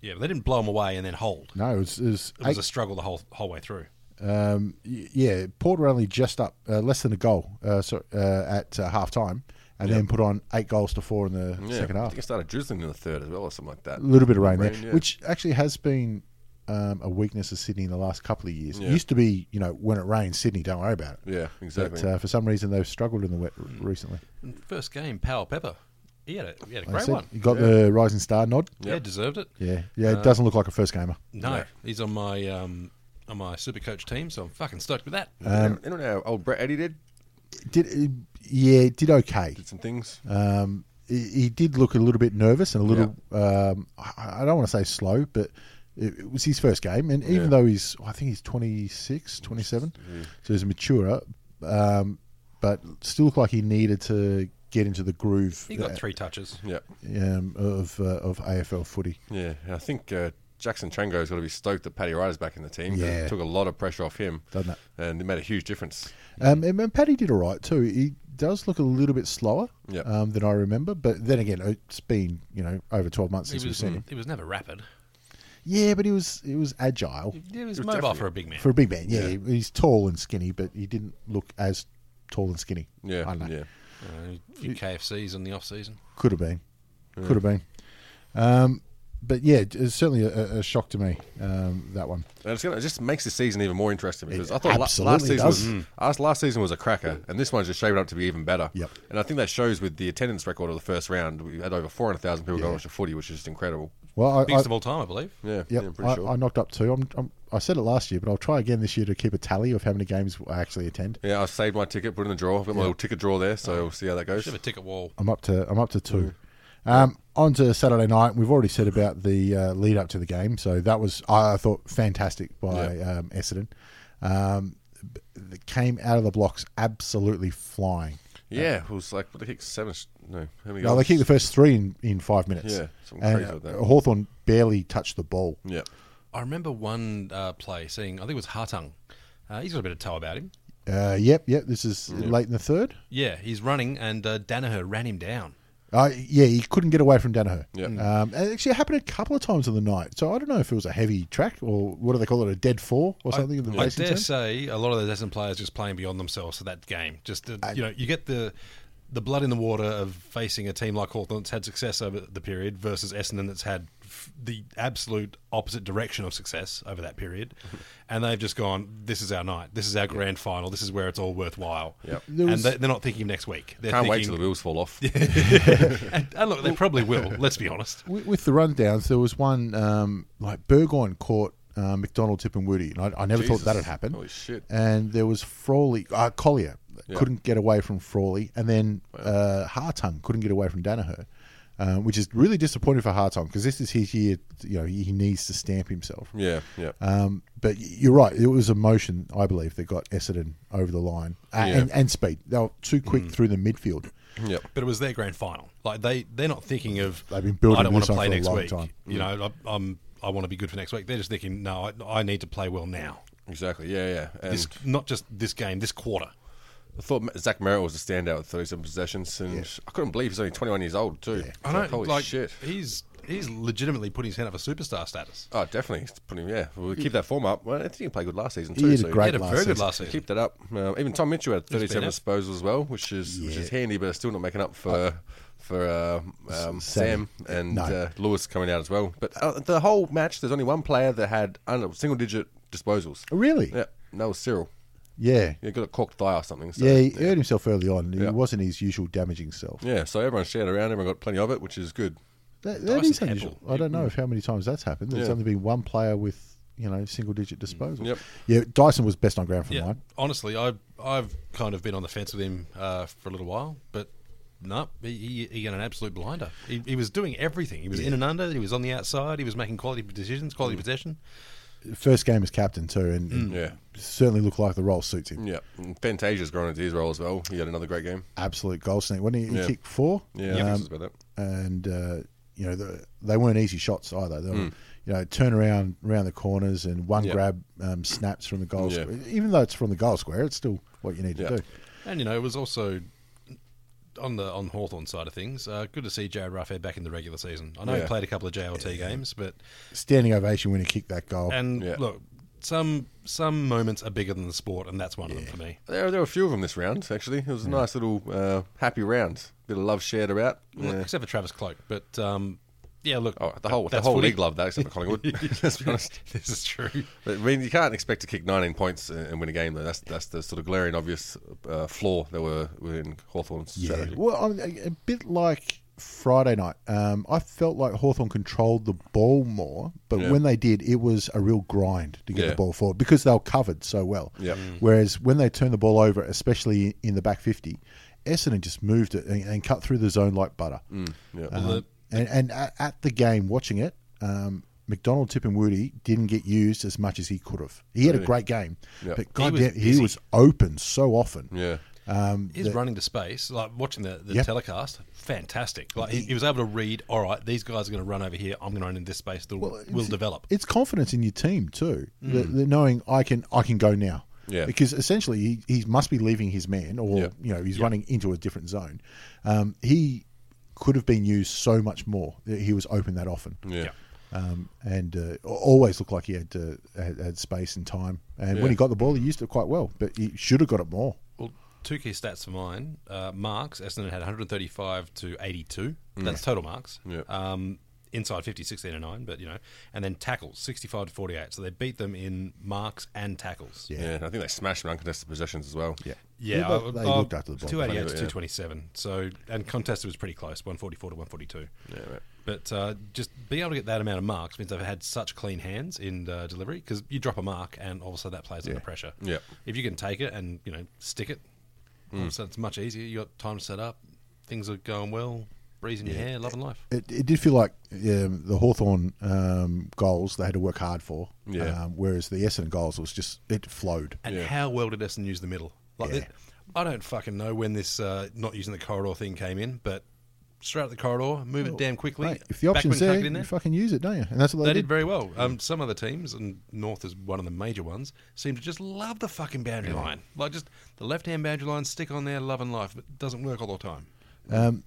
Speaker 5: Yeah, but they didn't blow them away and then hold.
Speaker 3: No, it was, it was
Speaker 5: It was
Speaker 3: eight-
Speaker 5: a struggle the whole whole way through.
Speaker 3: Um, y- yeah, Port were only just up, uh, less than a goal uh, so, uh, at uh, half time, and then put on eight goals to four in the
Speaker 4: yeah,
Speaker 3: second
Speaker 4: I
Speaker 3: half.
Speaker 4: think
Speaker 3: A
Speaker 4: it started drizzling in the third as well, or something like that.
Speaker 3: little bit of rain,
Speaker 4: Rain,
Speaker 3: there,
Speaker 4: yeah.
Speaker 3: which actually has been um, a weakness of Sydney in the last couple of years.
Speaker 4: Yeah.
Speaker 3: It used to be, you know, when it rains, Sydney, don't worry about it.
Speaker 4: Yeah, exactly.
Speaker 3: But uh, for some reason, they've struggled in the wet r- recently.
Speaker 5: And first game, Powell Pepper, he had a, he had a
Speaker 3: Like I
Speaker 5: great
Speaker 3: said,
Speaker 5: one.
Speaker 3: You got the rising star nod.
Speaker 5: Yeah, deserved it.
Speaker 3: Yeah, yeah.
Speaker 4: Uh,
Speaker 3: It doesn't look like a first gamer.
Speaker 5: No,
Speaker 4: No.
Speaker 5: he's on my um, on my super coach team, so I'm fucking stoked with that.
Speaker 3: Uh,
Speaker 4: Um, you know how old Brett Eddie did
Speaker 3: Did uh, yeah, it did okay.
Speaker 4: did some things.
Speaker 3: Um, he, he did look a little bit nervous and a little. Um, I, I don't want to say slow, but it, it was his first game, and even
Speaker 4: Yeah.
Speaker 3: though he's, I think he's 26, 27, so he's mature, um, but still looked like he needed to get into the groove.
Speaker 5: He got
Speaker 3: uh,
Speaker 5: three touches.
Speaker 4: yeah.
Speaker 3: um, of uh, of AFL footy.
Speaker 4: Yeah. And I think uh, Jackson Trango's got to be stoked that Paddy Ryder's back in the team.
Speaker 3: Yeah.
Speaker 4: It took a lot of pressure off him,
Speaker 3: Doesn't it?
Speaker 4: And it made a huge difference.
Speaker 5: Mm-hmm.
Speaker 3: Um, and, and Paddy did all right too. He does look a little bit slower
Speaker 4: Yeah.
Speaker 3: um, than I remember, but then again, it's been you know over twelve months
Speaker 5: He
Speaker 3: since we've
Speaker 5: was
Speaker 3: seen him.
Speaker 5: he was never rapid.
Speaker 3: Yeah, but he was he was agile.
Speaker 5: He was
Speaker 4: It was
Speaker 5: mobile
Speaker 4: definitely-
Speaker 5: for a big man.
Speaker 3: for a big man. Yeah, he- he's tall and skinny, but he didn't look as tall and skinny.
Speaker 4: Yeah.
Speaker 3: I don't know.
Speaker 4: Yeah.
Speaker 5: Uh, a few KFCs in the off season.
Speaker 3: Could have been, could have been. Um, but yeah, it's certainly a, a shock to me um, that one.
Speaker 4: And it's gonna, it just makes the season even more interesting because
Speaker 3: It
Speaker 4: I thought la- last
Speaker 3: absolutely
Speaker 4: season
Speaker 3: does.
Speaker 4: was mm, last, last season was a cracker, and this one's just shaping up to be even better.
Speaker 3: Yep.
Speaker 4: And I think that shows with the attendance record of the first round. We had over four hundred thousand people going to watch the footy, which is just incredible.
Speaker 3: Well, I, I,
Speaker 5: Biggest of all time, I believe.
Speaker 4: Yeah,
Speaker 3: yep,
Speaker 4: yeah, I'm pretty
Speaker 3: I,
Speaker 4: sure.
Speaker 3: I knocked up two. I'm, I'm, I said it last year, but I'll try again this year to keep a tally of how many games I actually attend.
Speaker 4: yeah, I saved
Speaker 3: Oh.
Speaker 4: my ticket, put it in the drawer. I've got my little ticket drawer there, so we'll see how that goes.
Speaker 5: Should have a ticket wall.
Speaker 3: I'm up to I'm up to two.
Speaker 4: Mm.
Speaker 3: Um, on to Saturday night. We've already said about the uh, lead up to the game, so that was I, I thought fantastic by um, Essendon. Um, b- they came out of the blocks absolutely flying.
Speaker 4: Yeah, it was like what they kicked seven. sh- No, how many
Speaker 3: No, they
Speaker 4: goals?
Speaker 3: kicked the first three in, in five minutes.
Speaker 4: Yeah, something
Speaker 3: and
Speaker 4: crazy like that.
Speaker 3: Hawthorne barely touched the ball.
Speaker 4: Yeah,
Speaker 5: I remember one uh, play seeing, I think it was Hartung. Uh, he's got a bit of toe about him.
Speaker 3: Uh, yep, yep. This is late in the third.
Speaker 5: Yeah, he's running, and uh, Danaher ran him down.
Speaker 3: Uh, yeah, he couldn't get away from Danaher.
Speaker 4: Yeah.
Speaker 3: Um, and actually, it happened a couple of times in the night. So I don't know if it was a heavy track or what do they call it, a dead four or something in the
Speaker 5: I
Speaker 3: racing
Speaker 5: dare
Speaker 3: term?
Speaker 5: say a lot of those Essendon players just playing beyond themselves for that game. Just uh, you know, you get the the blood in the water of facing a team like Hawthorn that's had success over the period versus Essendon that's had f- the absolute opposite direction of success over that period, and they've just gone, "This is our night. This is our grand final. This is where it's all worthwhile."
Speaker 4: Yep.
Speaker 3: There was-
Speaker 5: and they, they're not thinking of next week. They're
Speaker 4: can't wait till
Speaker 5: thinking,
Speaker 4: the wheels fall off.
Speaker 5: and, and look, they probably will. Let's be honest.
Speaker 3: With, with the rundowns, there was one um, like Burgoyne caught uh, McDonald, Tip, and Woody, and I, I never
Speaker 4: Jesus.
Speaker 3: thought that had happened.
Speaker 4: Holy shit.
Speaker 3: And there was Frawley, uh, Collier
Speaker 4: Yeah.
Speaker 3: couldn't get away from Frawley, and then uh, Hartung couldn't get away from Danaher, um, which is really disappointing for Hartung because this is his year. You know, he, he needs to stamp himself.
Speaker 4: Yeah, yeah.
Speaker 3: Um, but y- you're right. It was emotion, I believe, that got Essendon over the line uh,
Speaker 4: Yeah. Hmm.
Speaker 3: and, and speed. They were too quick through the midfield.
Speaker 4: Yep.
Speaker 5: but it was their grand final. Like they they're not thinking of
Speaker 3: They've been building
Speaker 5: I don't want
Speaker 3: this
Speaker 5: to
Speaker 3: up
Speaker 5: play
Speaker 3: for a
Speaker 5: next
Speaker 3: long
Speaker 5: week.
Speaker 3: time.
Speaker 5: You know, I, I'm I want to be good for next week. They're just thinking, no, I, I need to play well now.
Speaker 4: Exactly. Yeah, yeah. And
Speaker 5: This not just this game, this quarter.
Speaker 4: I thought Zach Merritt was a standout with 37 possessions, and I couldn't believe he's only 21 years old too.
Speaker 5: I
Speaker 4: It's
Speaker 5: know,
Speaker 4: like, holy
Speaker 5: like
Speaker 4: shit.
Speaker 5: he's he's legitimately putting his hand up for superstar status.
Speaker 4: Oh, definitely. He's putting, yeah, we'll keep that form up. Well, I think he played good last season
Speaker 3: He
Speaker 4: too.
Speaker 3: did a
Speaker 4: so
Speaker 3: great
Speaker 5: He had a
Speaker 3: last
Speaker 5: very good
Speaker 3: season.
Speaker 5: last season.
Speaker 4: Keep that up. Um, even Tom Mitchell had 37
Speaker 5: up.
Speaker 4: disposals as well, which is which is handy, but it's still not making up for for uh, um, Sam
Speaker 3: Sam.
Speaker 4: and
Speaker 3: No.
Speaker 4: uh, Lewis coming out as well. But uh, the whole match, there's only one player that had under, single digit disposals.
Speaker 3: Oh, Really?
Speaker 4: Yeah, and that was Cyril.
Speaker 3: Yeah.
Speaker 4: He got a corked thigh or something. So,
Speaker 3: Yeah, he hurt himself early on. He
Speaker 4: Yeah.
Speaker 3: wasn't his usual damaging self.
Speaker 4: Yeah, Oh, so everyone shared around. Everyone got plenty of it, which is good.
Speaker 3: That, that
Speaker 5: Dyson
Speaker 3: is unusual.
Speaker 5: Heppel.
Speaker 3: I don't know if how many times that's happened. There's
Speaker 4: Mm. Yeah. Mm.
Speaker 3: only been one player with you know single digit disposal.
Speaker 4: Yep.
Speaker 3: Yeah, Dyson was best on ground for
Speaker 5: Yeah,
Speaker 3: mine.
Speaker 5: honestly, I I've kind of been on the fence with him uh, for a little while, but. No, he, he, he had an absolute blinder. He, he was doing everything. He was in and under. He was on the outside. He was making quality decisions, quality
Speaker 3: Mm.
Speaker 5: possession.
Speaker 3: First game as captain too, and, and
Speaker 4: Yeah.
Speaker 3: certainly looked like the role suits him.
Speaker 4: Mm. Yeah, and Fantasia's grown into his role as well. He had another great game.
Speaker 3: Absolute goal sneak. When he, he
Speaker 4: Yeah.
Speaker 3: kicked four,
Speaker 4: Yeah, I think
Speaker 3: um,
Speaker 4: this is about it.
Speaker 3: and uh, you know the, they weren't easy shots either. They were, you know, turn around around the corners and one
Speaker 4: Mm. Yeah.
Speaker 3: grab um, snaps from the goal
Speaker 4: Yeah.
Speaker 3: square. Even though it's from the goal square, it's still what you need to
Speaker 4: Yeah.
Speaker 3: do.
Speaker 5: And you know, it was also on the on Hawthorn side of things. Uh, good to see Jared Ruffhead back in the regular season. I know
Speaker 4: Yeah.
Speaker 5: he played a couple of JLT games, but
Speaker 3: Standing ovation when he kicked that goal.
Speaker 5: and
Speaker 4: Yeah.
Speaker 5: look, some some moments are bigger than the sport, and that's one of them for me.
Speaker 4: There, there were a few of them this round, actually. It was a nice little uh, happy round. Bit of love shared about. Yeah.
Speaker 5: Except for Travis Cloak, but um, yeah, look,
Speaker 4: Oh, the whole, the
Speaker 5: that's
Speaker 4: whole
Speaker 5: footy.
Speaker 4: league loved that, except for Collingwood. Let's be honest.
Speaker 5: this is true.
Speaker 4: But, I mean, you can't expect to kick 19 points and and win a game, though. That's that's the sort of glaring, obvious uh, flaw that were within Hawthorn's
Speaker 3: Yeah.
Speaker 4: strategy.
Speaker 3: Well, I'm a, a bit like Friday night. Um, I felt like Hawthorn controlled the ball more, but
Speaker 4: Yeah.
Speaker 3: when they did, it was a real grind to get
Speaker 4: Yeah.
Speaker 3: the ball forward because they were covered so well.
Speaker 4: Yeah. Mm.
Speaker 3: Whereas when they turned the ball over, especially in the back 50, Essendon just moved it and, and cut through the zone like butter.
Speaker 4: Yeah.
Speaker 3: Um,
Speaker 5: Well,
Speaker 3: and and at, at the game, watching it, um, McDonald, Tip, and Woody didn't get used as much as he could have. He had a great game,
Speaker 4: Yeah.
Speaker 3: but
Speaker 5: He was
Speaker 3: goddamn, he,
Speaker 5: busy.
Speaker 3: was open so often.
Speaker 4: yeah.
Speaker 5: He's running to space, like watching the, the
Speaker 3: Yep.
Speaker 5: telecast, fantastic. Like he, he was able to read. All right, these guys are going to run over here. I'm going to run in this space. They'll,
Speaker 3: Well,
Speaker 5: will
Speaker 3: it's-
Speaker 5: develop.
Speaker 3: It's confidence in your team too, the, the knowing I can I can go now.
Speaker 4: Mm. Yeah.
Speaker 3: Because essentially he, he must be leaving his man, or
Speaker 4: Yeah.
Speaker 3: you know he's running into a different zone. Um, he could have been used so much more. that He was open that often,
Speaker 4: Yeah.
Speaker 5: Yeah.
Speaker 3: um, and uh, always looked like he had, uh, had had space and time. And
Speaker 4: Yeah.
Speaker 3: when he got the ball, he used it quite well, but he should have got it more.
Speaker 5: Well, two key stats for mine. Uh, marks, Essendon had 135 to 82. That's total marks.
Speaker 4: Yeah.
Speaker 5: Um, inside 50, 16 to 9, but you know. And then tackles, 65 to 48. So they beat them in marks and tackles.
Speaker 4: Yeah. and I think they smashed an uncontested possessions as well. Yeah.
Speaker 3: They
Speaker 5: Yeah,
Speaker 3: looked-
Speaker 5: I- oh,
Speaker 3: they
Speaker 5: I-
Speaker 3: looked after the ball.
Speaker 5: 288 to
Speaker 4: Yeah.
Speaker 5: 227. So, and contested was pretty close, 144 to 142. Yeah, right. But uh, just being able to get that amount of marks means they've had such clean hands in uh, delivery because you drop a mark and all of a sudden that plays under pressure.
Speaker 4: Yeah. Hmm.
Speaker 5: If you can take it and, you know, stick it, all of a sudden it's much easier. you got time to set up, things are going well. breeze in your hair, loving life.
Speaker 3: It, it did feel like um, the Hawthorn um, goals they had to work hard for,
Speaker 4: Yeah.
Speaker 3: um, whereas the Essendon goals was just it flowed.
Speaker 5: And how well did Essendon use the middle? Like,
Speaker 3: Yeah.
Speaker 5: th- I don't fucking know when this uh, not using the corridor thing came in, but straight up the corridor, move it damn quickly.
Speaker 3: Mate, if the option's
Speaker 5: Backman
Speaker 3: there,
Speaker 5: tuck it in
Speaker 3: you fucking use it, don't you? And that's what they,
Speaker 5: They did very well. Um, some other teams, and North is one of the major ones, seem to just love the fucking boundary line. Like just the left-hand boundary line, stick on there, love and life. But it doesn't work all the time.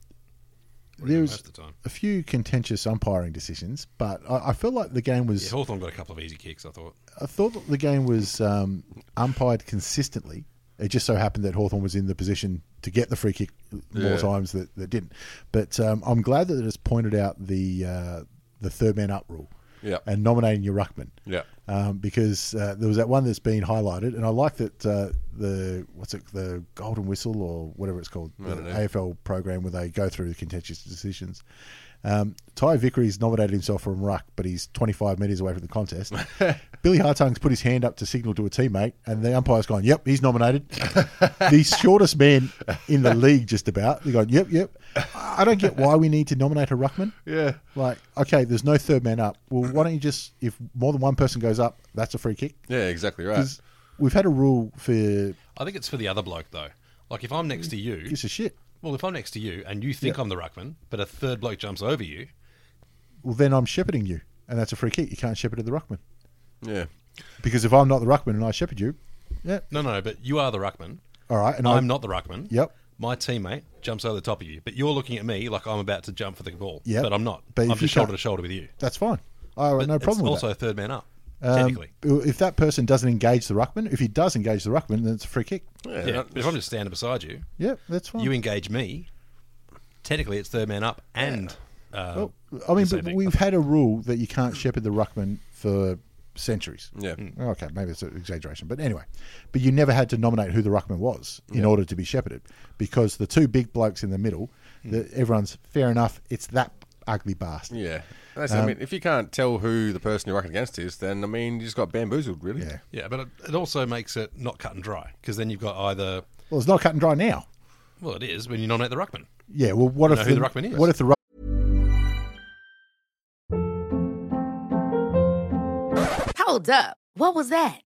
Speaker 3: There was
Speaker 5: most of the time.
Speaker 3: a few contentious umpiring decisions, but I, I feel like the game was.
Speaker 5: Yeah, Hawthorn got a couple of easy kicks. I thought.
Speaker 3: I thought that the game was um, umpired consistently. It just so happened that Hawthorn was in the position to get the free kick more
Speaker 4: Yeah.
Speaker 3: times that, that didn't. But um, I'm glad that it has pointed out the uh, the third man up rule
Speaker 4: Yeah.
Speaker 3: and nominating your ruckman.
Speaker 4: Yeah.
Speaker 3: Um, because uh, there was that one that's been highlighted, and I like that uh, the what's it the golden whistle or whatever it's called the AFL program where they go through the contentious decisions. Um, Ty Vickery's nominated himself from ruck, but he's 25 metres away from the contest. Billy Hartung's put his hand up to signal to a teammate, and the umpire's gone, Yep, he's nominated. the shortest man in the league, just about. They're going, Yep, yep. I don't get why we need to nominate a ruckman.
Speaker 4: Yeah.
Speaker 3: Like, okay, there's no third man up. Well, why don't you just, if more than one person goes up, that's a free kick?
Speaker 4: Yeah, exactly right.
Speaker 3: Because we've had a rule for
Speaker 5: I think it's for the other bloke though. Like if I'm next to you,
Speaker 3: gives a shit.
Speaker 5: well, if I'm next to you and you think I'm the ruckman, but a third bloke jumps over you,
Speaker 3: Well, then I'm shepherding you, and that's a free kick. You can't shepherd the ruckman.
Speaker 4: Yeah.
Speaker 3: Because if I'm not the ruckman and I shepherd you, yeah,
Speaker 5: no, no, but you are the ruckman.
Speaker 3: all right. And
Speaker 5: I'm,
Speaker 3: I'm
Speaker 5: not the ruckman.
Speaker 3: Yep.
Speaker 5: My teammate jumps over the top of you, but you're looking at me like I'm about to jump for the ball.
Speaker 3: Yep.
Speaker 5: But I'm not.
Speaker 3: But if
Speaker 5: I'm
Speaker 3: you
Speaker 5: just shoulder
Speaker 3: can't-
Speaker 5: to shoulder with you.
Speaker 3: That's fine. I have
Speaker 5: But
Speaker 3: no problem
Speaker 5: it's
Speaker 3: with
Speaker 5: also
Speaker 3: that.
Speaker 5: third man up,
Speaker 3: Um,
Speaker 5: technically.
Speaker 3: if that person doesn't engage the ruckman, if he does engage the ruckman, then it's a free kick.
Speaker 4: Yeah.
Speaker 5: Yeah,
Speaker 4: that-
Speaker 5: but if I'm just standing beside you,
Speaker 3: Yeah, that's fine.
Speaker 5: you engage me. Technically, it's third man up, and uh,
Speaker 3: Well, I mean,
Speaker 5: the same
Speaker 3: but
Speaker 5: thing.
Speaker 3: we've had a rule that you can't shepherd the ruckman for centuries. Mm,
Speaker 4: yeah.
Speaker 3: Okay, maybe it's an exaggeration, but anyway, but you never had to nominate who the ruckman was in order to be shepherded, because the two big blokes in the middle,
Speaker 5: Mm.
Speaker 3: that everyone's fair enough. It's that ugly bastard.
Speaker 4: Yeah. That's,
Speaker 3: Um,
Speaker 4: I mean, if you can't tell who the person you're rucking against is, then I mean, you just got bamboozled, really.
Speaker 3: Yeah.
Speaker 5: yeah, but it, it also makes it not cut and dry because then you've got either
Speaker 3: Well, it's not cut and dry now.
Speaker 5: well, it is when you nominate the ruckman.
Speaker 3: Yeah. Well, what
Speaker 5: You
Speaker 3: if
Speaker 5: know who the ruckman is.
Speaker 3: What if the ruck-
Speaker 6: Hold up. What was that?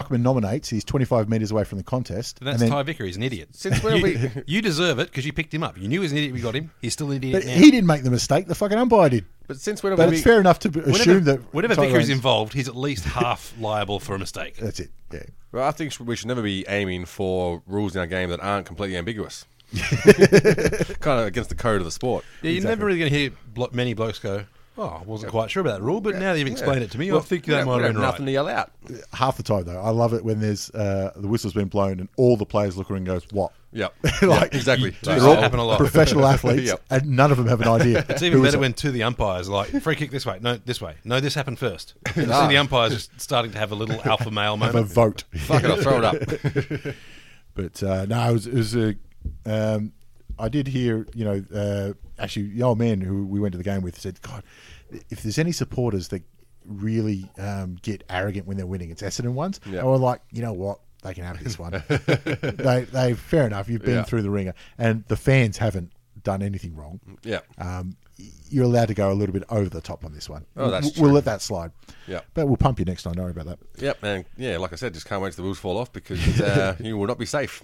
Speaker 3: ruckman nominates, he's 25 meters away from the contest,
Speaker 5: Then that's
Speaker 3: and then-
Speaker 5: Ty Vicker. He's an idiot.
Speaker 4: Since when
Speaker 5: you,
Speaker 4: we-
Speaker 5: you deserve it because you picked him up. You knew he was an idiot. We got him. He's still an idiot
Speaker 3: But
Speaker 5: now.
Speaker 3: he didn't make the mistake. The fucking umpire did.
Speaker 4: But since when have
Speaker 3: But
Speaker 4: we.
Speaker 3: it's fair enough to b-
Speaker 5: Whenever-
Speaker 3: assume that
Speaker 5: whenever
Speaker 3: Tyrone-
Speaker 5: Vicker is involved, he's at least half liable for a mistake.
Speaker 3: That's it. Yeah.
Speaker 4: Well, I think we should never be aiming for rules in our game that aren't completely ambiguous. kind of against the code of the sport.
Speaker 5: Yeah, you're never really going to hear blo- many blokes go, "Oh, I wasn't quite sure about that rule," but now that you've explained it to me,
Speaker 4: Well,
Speaker 5: I think
Speaker 4: we
Speaker 5: that
Speaker 4: don't-
Speaker 5: might
Speaker 4: we
Speaker 5: have
Speaker 4: don't
Speaker 5: been right.
Speaker 4: nothing to yell out.
Speaker 3: Half the time though, I love it when there's uh, the whistle's been blown and all the players look around and goes, "What?"
Speaker 4: Yep.
Speaker 3: Like,
Speaker 4: Yep, exactly.
Speaker 5: Does
Speaker 3: They're all
Speaker 5: happen a lot.
Speaker 3: professional athletes,
Speaker 4: Yep.
Speaker 3: and none of them have an idea.
Speaker 5: It's even
Speaker 3: who is
Speaker 5: better
Speaker 3: it.
Speaker 5: when two of the umpires like free kick this way, no this way, no this happened first. And you see the umpires just starting to have a little alpha male
Speaker 3: have a
Speaker 5: moment.
Speaker 3: vote.
Speaker 4: Fuck it up, throw it up.
Speaker 3: But uh, no, it was, it was a. Um, I did hear, you know, uh, actually, the old man who we went to the game with said, "God, if there's any supporters that really um, get arrogant when they're winning, it's Essendon ones."
Speaker 4: Yeah.
Speaker 3: Or like, you know what? They can have this one. they, they, fair enough. You've been
Speaker 4: Yeah.
Speaker 3: through the ringer, and the fans haven't done anything wrong.
Speaker 4: Yeah.
Speaker 3: Um, y- you're allowed to go a little bit over the top on this one.
Speaker 4: Oh, that's
Speaker 3: we'll,
Speaker 4: true.
Speaker 3: we'll let that slide.
Speaker 4: Yeah.
Speaker 3: but we'll pump you next time. Don't worry about that.
Speaker 4: Yep. And yeah, like I said, just can't wait till the wheels fall off because uh, you will not be safe.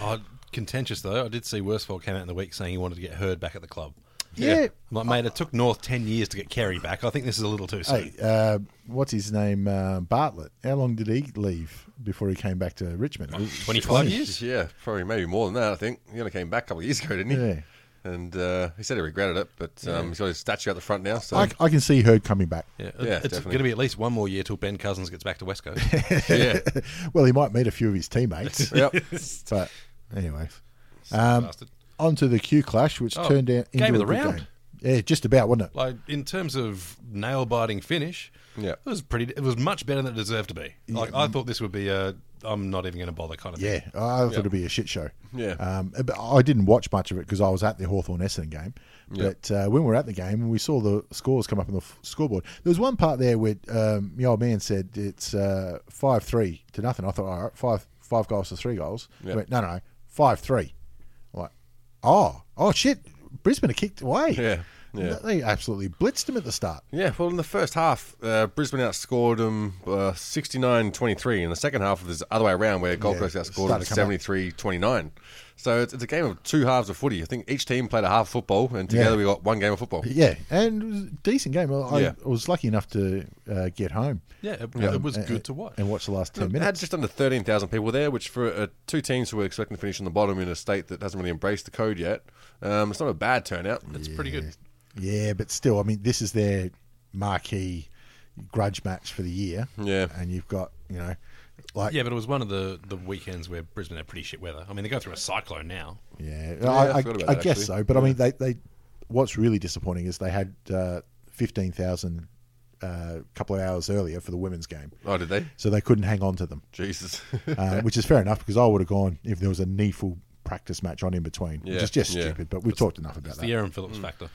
Speaker 5: Oh, contentious though, I did see Worsfold came out in the week saying he wanted to get heard back at the club.
Speaker 3: Yeah.
Speaker 5: I'm like, mate, it took North 10 years to get Kerry back. I think this is a little too soon.
Speaker 3: Hey, uh, what's his name? Uh, Bartlett. How long did he leave before he came back to Richmond?
Speaker 5: Oh, 25 years?
Speaker 4: Yeah, probably maybe more than that. I think he only came back a couple of years ago, didn't he?
Speaker 3: Yeah.
Speaker 4: And uh, he said he regretted it, but um, he's got his statue out the front now. So
Speaker 3: I, I can see Hurd coming back.
Speaker 5: Yeah, it-
Speaker 4: Yeah,
Speaker 5: it's
Speaker 4: definitely.
Speaker 5: going to be at least one more year till Ben Cousins gets back to West Coast.
Speaker 4: yeah,
Speaker 3: Well, he might meet a few of his teammates.
Speaker 4: yep.
Speaker 3: but anyway, um,
Speaker 5: Bastard.
Speaker 3: on to the Q clash, which
Speaker 5: Oh,
Speaker 3: turned out into
Speaker 5: game of
Speaker 3: a
Speaker 5: the
Speaker 3: good
Speaker 5: round.
Speaker 3: game. Yeah, just about, wasn't it?
Speaker 5: Like in terms of nail biting finish,
Speaker 4: Yeah.
Speaker 5: it was pretty. It was much better than it deserved to be. Like I thought this would be a I'm not even going to bother kind of
Speaker 3: Yeah,
Speaker 5: thing.
Speaker 3: I thought it'd be a shit show.
Speaker 4: Yeah.
Speaker 3: um, but I didn't watch much of it because I was at the Hawthorn Essendon game. But uh, when we were at the game and we saw the scores come up on the f- scoreboard, there was one part there where um, the old man said it's uh, five three to nothing. I thought, all right, five five goals to three goals. He
Speaker 4: Yeah.
Speaker 3: went, no, no, no, five three. I'm like, oh, oh shit, Brisbane are kicked away.
Speaker 4: Yeah, yeah.
Speaker 3: They absolutely blitzed them at the start.
Speaker 4: Yeah, well, in the first half, uh, Brisbane outscored them uh, 69-23. In the second half, there's the other way around where Gold
Speaker 3: Yeah,
Speaker 4: Coast outscored them
Speaker 3: started to come up.
Speaker 4: 73-29. So it's, it's a game of two halves of footy. I think each team played a half of football, and together
Speaker 3: Yeah.
Speaker 4: we got one game of football.
Speaker 3: Yeah, and it was a decent game. I, I
Speaker 4: Yeah.
Speaker 3: was lucky enough to uh, get home.
Speaker 5: Yeah, it, it was good to watch.
Speaker 3: and watch the last ten
Speaker 4: It had
Speaker 3: minutes.
Speaker 4: just under 13,000 people there, which for uh, two teams who were expecting to finish on the bottom in a state that hasn't really embraced the code yet, um, it's not a bad turnout.
Speaker 5: It's pretty good.
Speaker 3: Yeah, but still, I mean, this is their marquee grudge match for the year.
Speaker 4: Yeah.
Speaker 3: and you've got you know, like yeah,
Speaker 5: Yeah, but it was one of the, the weekends where Brisbane had pretty shit weather. I mean, they go through a cyclone now.
Speaker 3: I, I,
Speaker 4: I forgot about
Speaker 3: I
Speaker 4: that,
Speaker 3: guess
Speaker 4: actually.
Speaker 3: so. But I mean, they they what's really disappointing is they had uh, fifteen thousand a uh, couple of hours earlier for the women's game,
Speaker 4: Oh, did they?
Speaker 3: so they couldn't hang on to them,
Speaker 4: Jesus.
Speaker 3: uh, which is fair enough because I would have gone if there was a needful practice match on in between,
Speaker 4: Yeah,
Speaker 3: which is just
Speaker 4: yeah.
Speaker 3: stupid. But we've talked enough about
Speaker 5: It's
Speaker 3: that.
Speaker 5: the Aaron Phillips factor.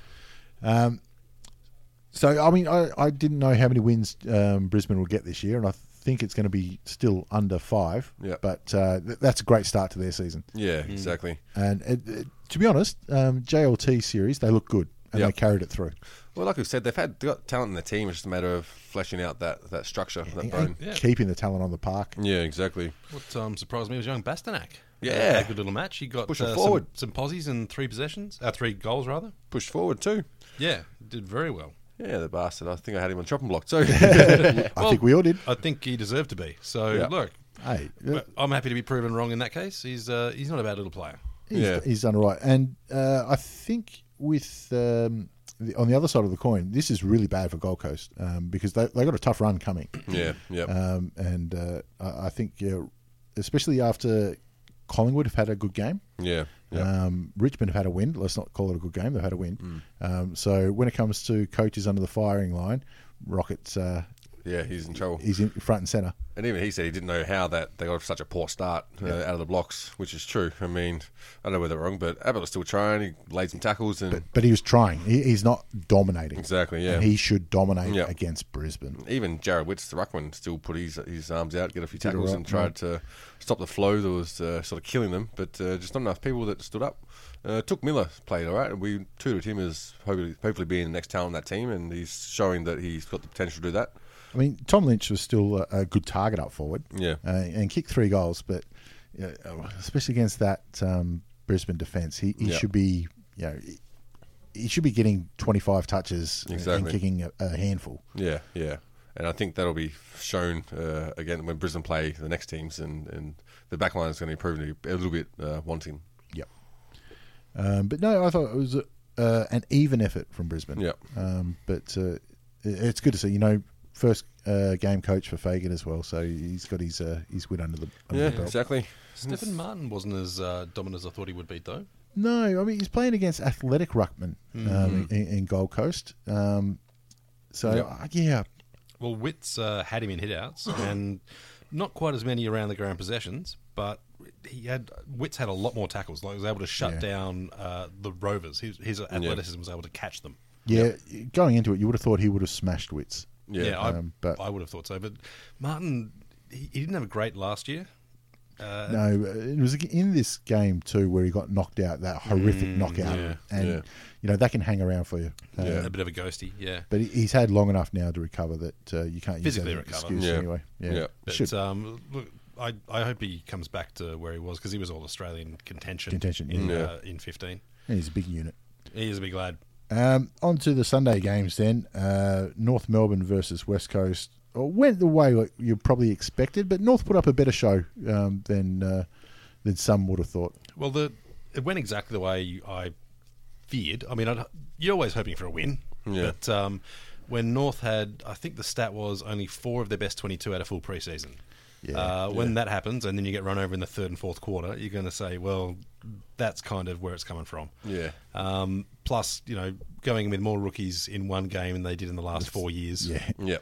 Speaker 3: So I mean, I, I didn't know how many wins um, Brisbane will get this year, and I think it's going to be still under five.
Speaker 4: Yeah.
Speaker 3: But uh, th- that's a great start to their season.
Speaker 4: yeah, exactly.
Speaker 3: And it, it- to be honest, um, JLT series they look good and
Speaker 4: Yeah.
Speaker 3: they carried it through.
Speaker 4: Well, like we said, they've had they've got talent in the team. It's just a matter of fleshing out that, that structure, that bone.
Speaker 3: And Keeping the talent on the park.
Speaker 4: Yeah, exactly.
Speaker 5: What um, surprised me was young Bastanak.
Speaker 4: Yeah.
Speaker 5: Had a good little match. He got
Speaker 4: Pushing
Speaker 5: uh,
Speaker 4: forward.
Speaker 5: Some, some posies and three possessions, uh, three goals rather.
Speaker 4: Pushed forward too.
Speaker 5: Yeah, did very well.
Speaker 4: Yeah, the bastard. I think I had him on chopping block too.
Speaker 3: I think we all did.
Speaker 5: I think he deserved to be. So
Speaker 4: Yeah.
Speaker 5: look,
Speaker 3: Hey,
Speaker 5: Well, I'm happy to be proven wrong in that case. He's uh, he's not a bad little player.
Speaker 3: he's,
Speaker 4: Yeah.
Speaker 3: he's done all right. And uh, I think with um, the, on the other side of the coin, this is really bad for Gold Coast um, because they they got a tough run coming.
Speaker 4: yeah, yeah.
Speaker 3: Um, and uh, I, I think, yeah, especially after Collingwood have had a good game.
Speaker 4: yeah, yeah.
Speaker 3: Um, Richmond have had a win. Let's not call it a good game. They've had a win.
Speaker 4: Mm.
Speaker 3: Um, so when it comes to coaches under the firing line, Rockets uh,
Speaker 4: yeah, he's in trouble.
Speaker 3: is in front and center.
Speaker 4: and even he said he didn't know how that they got such a poor start uh, out of the blocks, which is true. I mean, I don't know whether they're wrong, but Abbott was still trying. He laid some tackles and
Speaker 3: But he was trying. He, he's not dominating.
Speaker 4: Exactly, yeah.
Speaker 3: And he should dominate
Speaker 4: Yeah.
Speaker 3: against Brisbane.
Speaker 4: even Jared Witz, the ruckman, still put his his arms out, get a few
Speaker 3: did
Speaker 4: tackles,
Speaker 3: alright,
Speaker 4: and tried to stop the flow that was uh, sort of killing them. But uh, just not enough people that stood up. Uh, Took Miller played all right, and we tutored him as hopefully, hopefully being the next talent on that team, and he's showing that he's got the potential to do that.
Speaker 3: I mean, Tom Lynch was still a, a good target up forward.
Speaker 4: Yeah.
Speaker 3: Uh, and kicked three goals, but uh, especially against that um, Brisbane defense, he, he
Speaker 4: Yeah.
Speaker 3: should be, you know, he, he should be getting 25 touches and
Speaker 4: Exactly.
Speaker 3: kicking a, a handful.
Speaker 4: Yeah, yeah, and I think that'll be shown uh, again when Brisbane play the next teams, and, and the back line is going to be proven to be a little bit uh, wanting.
Speaker 3: Yep. Um, but no, I thought it was uh, an even effort from Brisbane.
Speaker 4: Yep.
Speaker 3: Um, but uh, it- it's good to see. You know, first uh, game coach for Fagan as well, so he's got his uh, his win under the under
Speaker 4: Yeah,
Speaker 3: the belt.
Speaker 4: exactly.
Speaker 5: Stephen Martin wasn't as uh, dominant as I thought he would be, though.
Speaker 3: No, I mean he's playing against athletic ruckman um,
Speaker 5: Mm-hmm.
Speaker 3: in, in Gold Coast. Um, so
Speaker 4: Yep.
Speaker 3: uh, yeah,
Speaker 5: Well, Witz uh, had him in hitouts and not quite as many around the ground possessions, but he had Witz had a lot more tackles. Like he was able to shut
Speaker 3: Yeah.
Speaker 5: down uh, the Rovers. His, his athleticism was able to catch them.
Speaker 3: yeah. Going into it, you would have thought he would have smashed wits.
Speaker 4: Yeah,
Speaker 5: I,
Speaker 3: um, but-
Speaker 5: I would have thought so. But Martin, he, he didn't have a great last year. Uh,
Speaker 3: No, uh, it was in this game too where he got knocked out that horrific knockout,
Speaker 5: Mm, yeah,
Speaker 3: and
Speaker 4: yeah.
Speaker 3: you know that can hang around for you. Um,
Speaker 5: A bit of a ghosty, yeah.
Speaker 3: But he- he's had long enough now to recover that uh, you can't use
Speaker 5: Physically
Speaker 3: that as an
Speaker 5: recover.
Speaker 3: excuse
Speaker 4: Yeah.
Speaker 3: anyway. Yeah,
Speaker 4: Yeah.
Speaker 5: But
Speaker 3: should
Speaker 5: um, look, I, I hope he comes back to where he was because he was all Australian contention,
Speaker 3: Contention,
Speaker 5: in,
Speaker 3: yeah.
Speaker 5: uh, in 15.
Speaker 3: And he's a big unit.
Speaker 5: He is a big lad.
Speaker 3: Um, on to the Sunday games then. Uh, North Melbourne versus West Coast Uh, went the way like you probably expected, but North put up a better show um, than uh, than some would have thought.
Speaker 5: Well, the it went exactly the way I feared. I mean, I'd, you're always hoping for a win,
Speaker 4: Yeah.
Speaker 5: but um, when North had, I think the stat was only four of their best 22 out of full preseason. Yeah, uh, when that happens, and then you get run over in the third and fourth quarter, you're going to say, "Well, that's kind of where it's coming from."
Speaker 4: Yeah.
Speaker 5: Um, plus, you know, going with more rookies in one game than they did in the last four years. Yeah.
Speaker 4: Yeah.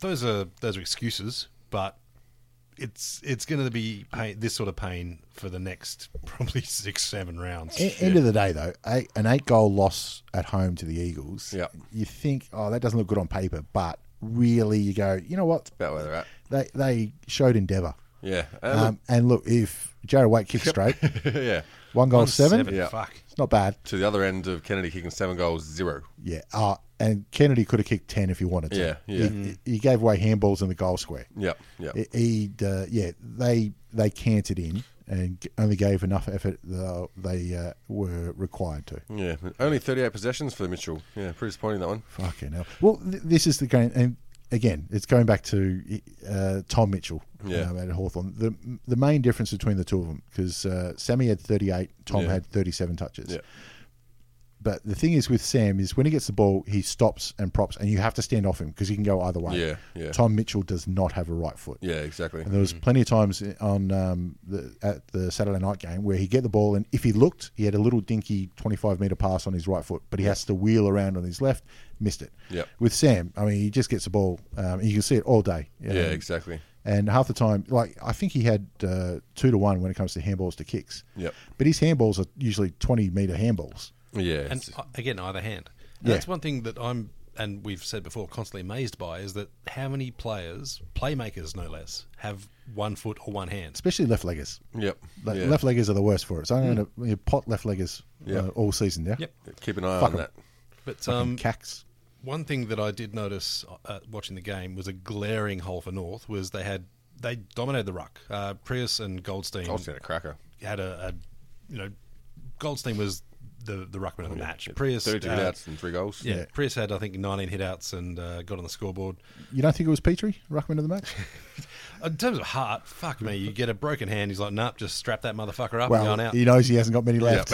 Speaker 5: those are those are excuses, but it's it's going to be pain, this sort of pain for the next probably six seven rounds.
Speaker 3: E- End of the day, though, eight, an eight goal loss at home to the Eagles.
Speaker 4: Yep.
Speaker 3: You think, oh, that doesn't look good on paper, but really, you go, you know what?
Speaker 4: About where they're at.
Speaker 3: They they showed endeavour.
Speaker 4: Yeah. And
Speaker 3: Um, and look, if Jared Waite kicks straight,
Speaker 4: look- yeah.
Speaker 3: one goal seven,
Speaker 4: Yeah.
Speaker 5: Fuck.
Speaker 3: it's not bad.
Speaker 4: To the other end of Kennedy kicking seven goals, zero.
Speaker 3: Yeah. Uh, and Kennedy could have kicked 10 if he wanted to.
Speaker 4: Yeah, yeah.
Speaker 3: He, he gave away handballs in the goal square.
Speaker 4: Yep. Yep.
Speaker 3: He- He'd, uh, yeah, they they canted in and g- only gave enough effort that they uh, were required to.
Speaker 4: yeah. Only 38 possessions for Mitchell. Yeah. Pretty disappointing, that one.
Speaker 3: Fucking hell. Well, th- this is the game. And again, it's going back to uh, Tom Mitchell
Speaker 4: Yeah.
Speaker 3: um, at Hawthorn. The, the main difference between the two of them, because uh, Sammy had 38, Tom
Speaker 4: Yeah.
Speaker 3: had 37 touches.
Speaker 4: Yeah.
Speaker 3: But the thing is with Sam is when he gets the ball, he stops and props, and you have to stand off him because he can go either way.
Speaker 4: Yeah, yeah.
Speaker 3: Tom Mitchell does not have a right foot.
Speaker 4: Yeah, exactly.
Speaker 3: And there was plenty of times on um, the, at the Saturday night game where he'd get the ball, and if he looked, he had a little dinky 25 metre pass on his right foot, but he has to wheel around on his left, missed it.
Speaker 4: Yep.
Speaker 3: With Sam, I mean, he just gets the ball. Um, and you can see it all day. Um,
Speaker 4: Yeah, exactly.
Speaker 3: And half the time, like, I think he had uh, two to one when it comes to handballs to kicks.
Speaker 4: Yep.
Speaker 3: But his handballs are usually 20 metre handballs.
Speaker 4: Yeah.
Speaker 5: And
Speaker 4: it's-
Speaker 5: uh, again, either hand. And
Speaker 3: Yeah.
Speaker 5: That's one thing that I'm and we've said before constantly amazed by is that how many players, playmakers no less, have one foot or one hand.
Speaker 3: especially left leggers.
Speaker 4: yep.
Speaker 3: Like,
Speaker 4: yeah. Mm.
Speaker 3: Left leggers are the worst for it. So I'm going to pot left leggers uh, all season now.
Speaker 5: Yep.
Speaker 4: Keep an eye
Speaker 3: Fuck
Speaker 4: on
Speaker 3: 'em.
Speaker 4: that.
Speaker 5: But um,
Speaker 3: Cax.
Speaker 5: One thing that I did notice uh, watching the game was a glaring hole for North was they had they dominated the ruck. Uh, Prius and Goldstein
Speaker 4: I was going to cracker.
Speaker 5: had a, a you know Goldstein was the the ruckman of the match. Prius
Speaker 4: 32
Speaker 5: uh,
Speaker 4: outs and three goals.
Speaker 5: Yeah, Prius had I think 19 hitouts and uh, got on the scoreboard.
Speaker 3: You don't think it was Petrie, ruckman of the match?
Speaker 5: In terms of heart, fuck me, you get a broken hand. He's like, nah, just strap that motherfucker up and
Speaker 3: well,
Speaker 5: going out.
Speaker 3: he knows he hasn't got many left.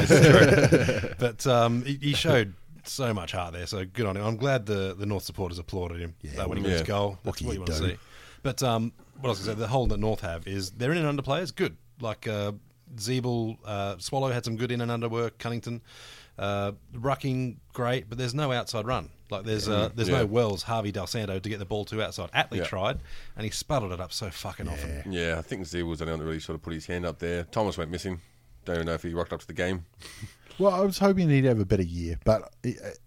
Speaker 5: but um, he, he showed so much heart there, so good on him. I'm glad the, the North supporters applauded him yeah, when he got
Speaker 4: Yeah.
Speaker 5: his goal. That's
Speaker 3: can
Speaker 5: what
Speaker 3: you
Speaker 5: you want to
Speaker 3: do?
Speaker 5: see. But um, what I was going to say, the hole that North have is they're in and under players, good. Like uh, Zeeble, uh, Swallow had some good in and under work, Cunnington. Uh, rucking, great, but there's no outside run. Like there's uh, there's
Speaker 4: Yeah.
Speaker 5: no Wells, Harvey Del Santo to get the ball to outside. Atley
Speaker 4: Yeah.
Speaker 5: tried, and he sputtered it up so fucking often.
Speaker 4: Yeah, I think Z was the only one that really sort of put his hand up there. Thomas went missing. Don't even know if he rocked up to the game.
Speaker 3: well, I was hoping he'd have a better year, but uh, at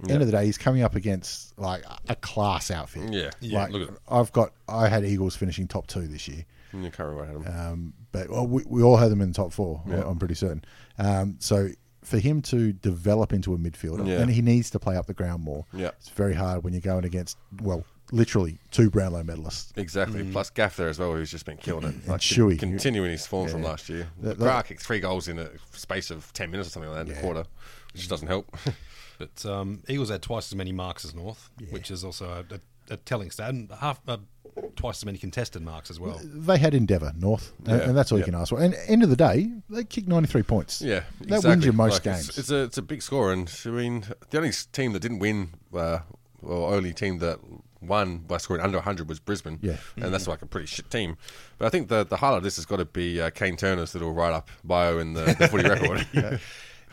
Speaker 3: the end of the day, he's coming up against like a class outfit.
Speaker 4: Yeah. Yeah,
Speaker 3: Like,
Speaker 4: look at him.
Speaker 3: I've got, I had Eagles finishing top two this year.
Speaker 4: Mm, I can't remember what I had him.
Speaker 3: Um, but well, we, we all had them in the top four. I- I'm pretty certain. Um, so for him to develop into a midfielder,
Speaker 4: Yeah.
Speaker 3: and he needs to play up the ground more.
Speaker 4: Yeah.
Speaker 3: it's very hard when you're going against well, literally two Brownlow medalists.
Speaker 4: Exactly. Plus Gaff there as well, who's just been killing it. Like, con-
Speaker 3: Shuey.
Speaker 4: Continuing his form from last year.
Speaker 3: That-
Speaker 4: Gra
Speaker 3: that-
Speaker 4: kicked three goals in a space of 10 minutes or something like that, in a quarter, which just doesn't help.
Speaker 5: But um, Eagles had twice as many marks as North, which is also a, a, a telling stat, and half uh, twice as many contested marks as well.
Speaker 3: They had Endeavour North, and,
Speaker 4: Yeah.
Speaker 3: and that's all
Speaker 4: Yeah.
Speaker 3: you can ask for. And end of the day, they kicked 93 points.
Speaker 4: yeah,
Speaker 3: that
Speaker 4: exactly.
Speaker 3: wins you most
Speaker 4: Like,
Speaker 3: games.
Speaker 4: It's, it's, a, it's a big score, and I mean, the only s- team that didn't win, uh, or only team that won by scoring under 100 was Brisbane.
Speaker 3: Yeah.
Speaker 4: And that's like a pretty shit team. But I think the, the highlight of this has got to be uh, Kane Turner's little write up bio in the, the footy record.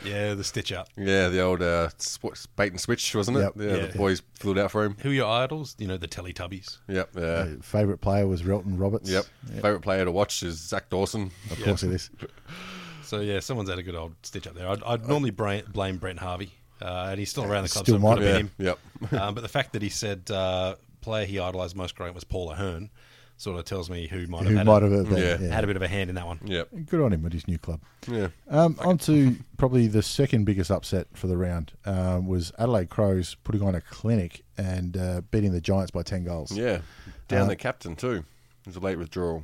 Speaker 5: Yeah, the stitch up.
Speaker 4: Yeah, the old uh, sports bait and switch, wasn't it?
Speaker 3: Yep.
Speaker 4: Yeah,
Speaker 5: Yeah.
Speaker 4: the boys flew it out for him.
Speaker 5: Who are your idols? You know, the Teletubbies.
Speaker 4: Yep. Yeah.
Speaker 3: Favorite player was Relton Roberts.
Speaker 4: Yep. Favorite player to watch is Zach Dawson.
Speaker 3: of course it is.
Speaker 5: So yeah, someone's had a good old stitch up there. I'd, I'd normally bra- blame Brent Harvey, uh, and he's still around the club,
Speaker 3: Uh, Still
Speaker 5: so it
Speaker 3: might
Speaker 5: could
Speaker 4: Yeah.
Speaker 5: have been
Speaker 4: Yep.
Speaker 5: him. Um, but the fact that he said uh, player he idolised most growing was Paul Ahern sort of tells me who might have,
Speaker 3: Who
Speaker 5: had,
Speaker 3: might
Speaker 5: a,
Speaker 3: have been,
Speaker 4: Yeah.
Speaker 3: yeah.
Speaker 5: had a bit of a hand in that one.
Speaker 4: Yep.
Speaker 3: Good on him with his new club.
Speaker 4: Yeah.
Speaker 3: Um, on to probably the second biggest upset for the round um, was Adelaide Crows putting on a clinic and uh, beating the Giants by 10 goals.
Speaker 4: Yeah.
Speaker 3: Uh,
Speaker 4: Down the captain too. It was a late withdrawal.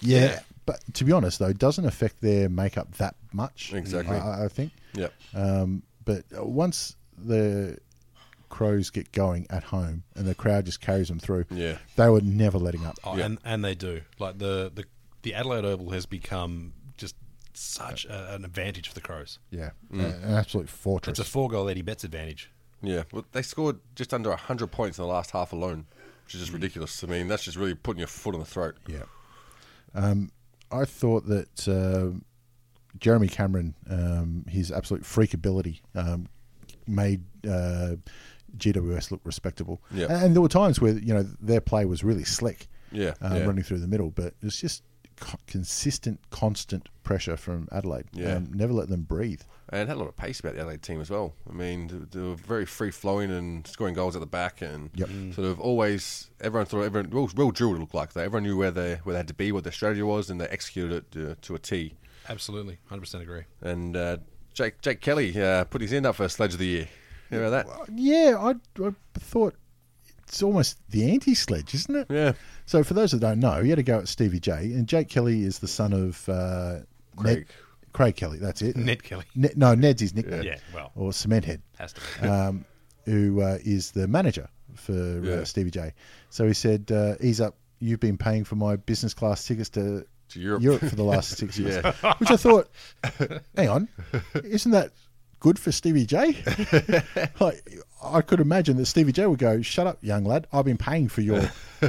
Speaker 3: Yeah. But to be honest, though, it doesn't affect their makeup that much.
Speaker 4: Exactly.
Speaker 3: I, I think.
Speaker 4: Yep.
Speaker 3: Um, But uh, once the Crows get going at home and the crowd just carries them through,
Speaker 4: Yeah.
Speaker 3: they were never letting up.
Speaker 5: Oh, and and they do. Like the the the Adelaide Oval has become just such a, an advantage for the Crows.
Speaker 3: Yeah, A- an absolute fortress.
Speaker 5: It's a four goal Eddie Betts advantage.
Speaker 4: Yeah, well, they scored just under 100 points in the last half alone, which is just ridiculous. I mean, that's just really putting your foot on the throat.
Speaker 3: Mm. Yeah. Um, I thought that um Jeremy Cameron, um, his absolute freak ability, um, made uh, GWS look respectable.
Speaker 4: Yeah.
Speaker 3: And, and there were times where you know their play was really slick.
Speaker 4: Yeah,
Speaker 3: Um,
Speaker 4: yeah.
Speaker 3: Running through the middle, but it's just co- consistent, constant pressure from Adelaide.
Speaker 4: Yeah.
Speaker 3: Um, never let them breathe.
Speaker 4: And had a lot of pace about the Adelaide team as well. I mean, th- they were very free flowing and scoring goals at the back, and
Speaker 3: Yep. Mm.
Speaker 4: sort of always everyone thought everyone real, real drill it looked like. They everyone knew where they where they had to be, what their strategy was, and they executed it uh, to a T.
Speaker 5: Absolutely, hundred percent agree.
Speaker 4: And uh, Jake Jake Kelly uh, put his hand up for Sledge of the Year. You know that?
Speaker 3: Yeah, I, I thought it's almost the anti sledge, isn't it?
Speaker 4: Yeah.
Speaker 3: So for those that don't know, he had a go at Stevie J, and Jake Kelly is the son of uh,
Speaker 4: Craig.
Speaker 3: Ned, Craig Kelly. That's it.
Speaker 5: Ned Kelly.
Speaker 3: Ned, no, Ned's his nickname.
Speaker 5: Yeah, well.
Speaker 3: or Cementhead,
Speaker 5: Has to be.
Speaker 3: um, who uh, is the manager for
Speaker 4: Yeah.
Speaker 3: uh, Stevie J. So he said, uh, "Ease up, you've been paying for my business class tickets to."
Speaker 4: To Europe.
Speaker 3: for the last six years, which I thought, hang on, isn't that good for Stevie J? like, I could imagine that Stevie J would go, "Shut up, young lad. I've been paying for your."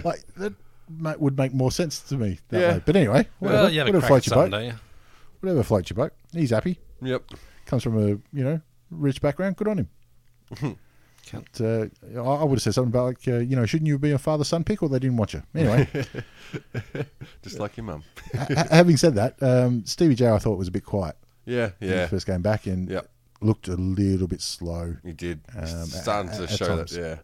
Speaker 3: like that ma- would make more sense to me that
Speaker 4: Yeah.
Speaker 3: way. But anyway, whatever,
Speaker 5: well, you have a
Speaker 3: whatever
Speaker 5: crack at
Speaker 3: floats your
Speaker 5: something,
Speaker 3: boat.
Speaker 5: don't you?
Speaker 3: Whatever floats your boat. He's happy.
Speaker 4: Yep.
Speaker 3: Comes from a you know rich background. Good on him. But, uh, I I would have said something about like uh, you know shouldn't you be a father son pick or they didn't want you anyway.
Speaker 4: Just like your mum.
Speaker 3: ha- having said that, um, Stevie J I thought was a bit quiet
Speaker 4: Yeah.
Speaker 3: in
Speaker 4: Yeah.
Speaker 3: his first game back and
Speaker 4: Yep.
Speaker 3: looked a little bit slow.
Speaker 4: He did.
Speaker 3: Um,
Speaker 4: It's
Speaker 3: at-
Speaker 4: starting to
Speaker 3: at
Speaker 4: show
Speaker 3: times.
Speaker 4: that, yeah.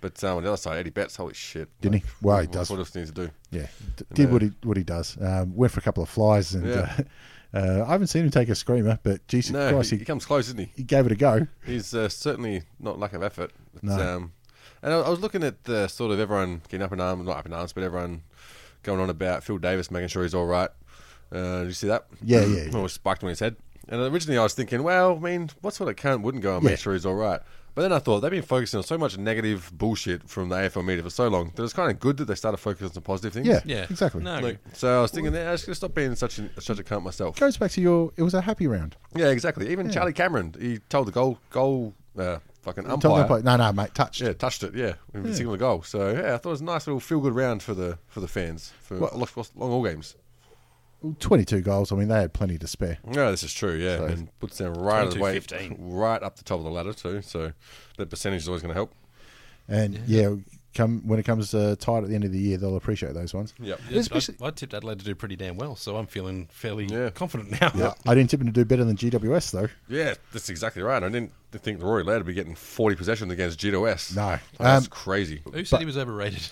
Speaker 4: But um, on the other side, Eddie Betts, holy shit.
Speaker 3: Didn't he? Well, he
Speaker 4: what-
Speaker 3: does.
Speaker 4: What else needs to do?
Speaker 3: Yeah, d- did what he what he does. Um, went for a couple of flies, and
Speaker 4: Yeah.
Speaker 3: uh, uh, I haven't seen him take a screamer, but Jesus
Speaker 4: No,
Speaker 3: Christ,
Speaker 4: he,
Speaker 3: he,
Speaker 4: he comes close, isn't he?
Speaker 3: he gave it a go.
Speaker 4: He's uh, certainly not lack of effort. But,
Speaker 3: No.
Speaker 4: um, and I, I was looking at the sort of everyone getting up in arms, not up in arms, but everyone going on about Phil Davis making sure he's all right. Uh, did you see that?
Speaker 3: Yeah, yeah, yeah.
Speaker 4: Well, it was spiked on his head. And originally I was thinking, well, I mean, what sort of cunt wouldn't go and
Speaker 3: Yeah.
Speaker 4: make sure he's all right? But then I thought they've been focusing on so much negative bullshit from the AFL media for so long that it's kind of good that they started focusing on some positive things.
Speaker 3: Yeah,
Speaker 5: Yeah,
Speaker 3: exactly.
Speaker 5: No, I
Speaker 4: Like,
Speaker 5: agree.
Speaker 4: so I was thinking, "Yeah, I should stop being such a, such a cunt myself.
Speaker 3: Goes back to your. It was a happy round.
Speaker 4: Yeah, exactly. Even Charlie Cameron, he told the goal goal uh, fucking
Speaker 3: Tell
Speaker 4: umpire,
Speaker 3: them about- No, no, mate, touched.
Speaker 4: yeah, touched it. Yeah, when he singled the goal. So yeah, I thought it was a nice little feel good round for the for the fans for
Speaker 3: Well-
Speaker 4: long, long all games.
Speaker 3: Twenty-two goals. I mean, they had plenty to spare.
Speaker 4: Yeah, this is true. Yeah, and puts them right away,
Speaker 5: 22-15.
Speaker 4: right up the top of the ladder too. So that percentage is always going to help.
Speaker 3: And yeah, come when it comes uh, tight at the end of the year, they'll appreciate those ones.
Speaker 4: Yep.
Speaker 5: Yeah,
Speaker 3: Especially-
Speaker 5: I, I tipped Adelaide to do pretty damn well, so I'm feeling fairly
Speaker 4: Yeah.
Speaker 5: confident now.
Speaker 3: Yeah, I didn't tip him to do better than GWS though.
Speaker 4: Yeah, that's exactly right. I didn't think Rory Laird would be getting forty possessions against GWS.
Speaker 3: No.
Speaker 4: Like, that's
Speaker 3: Um,
Speaker 4: crazy.
Speaker 5: Who said he was overrated?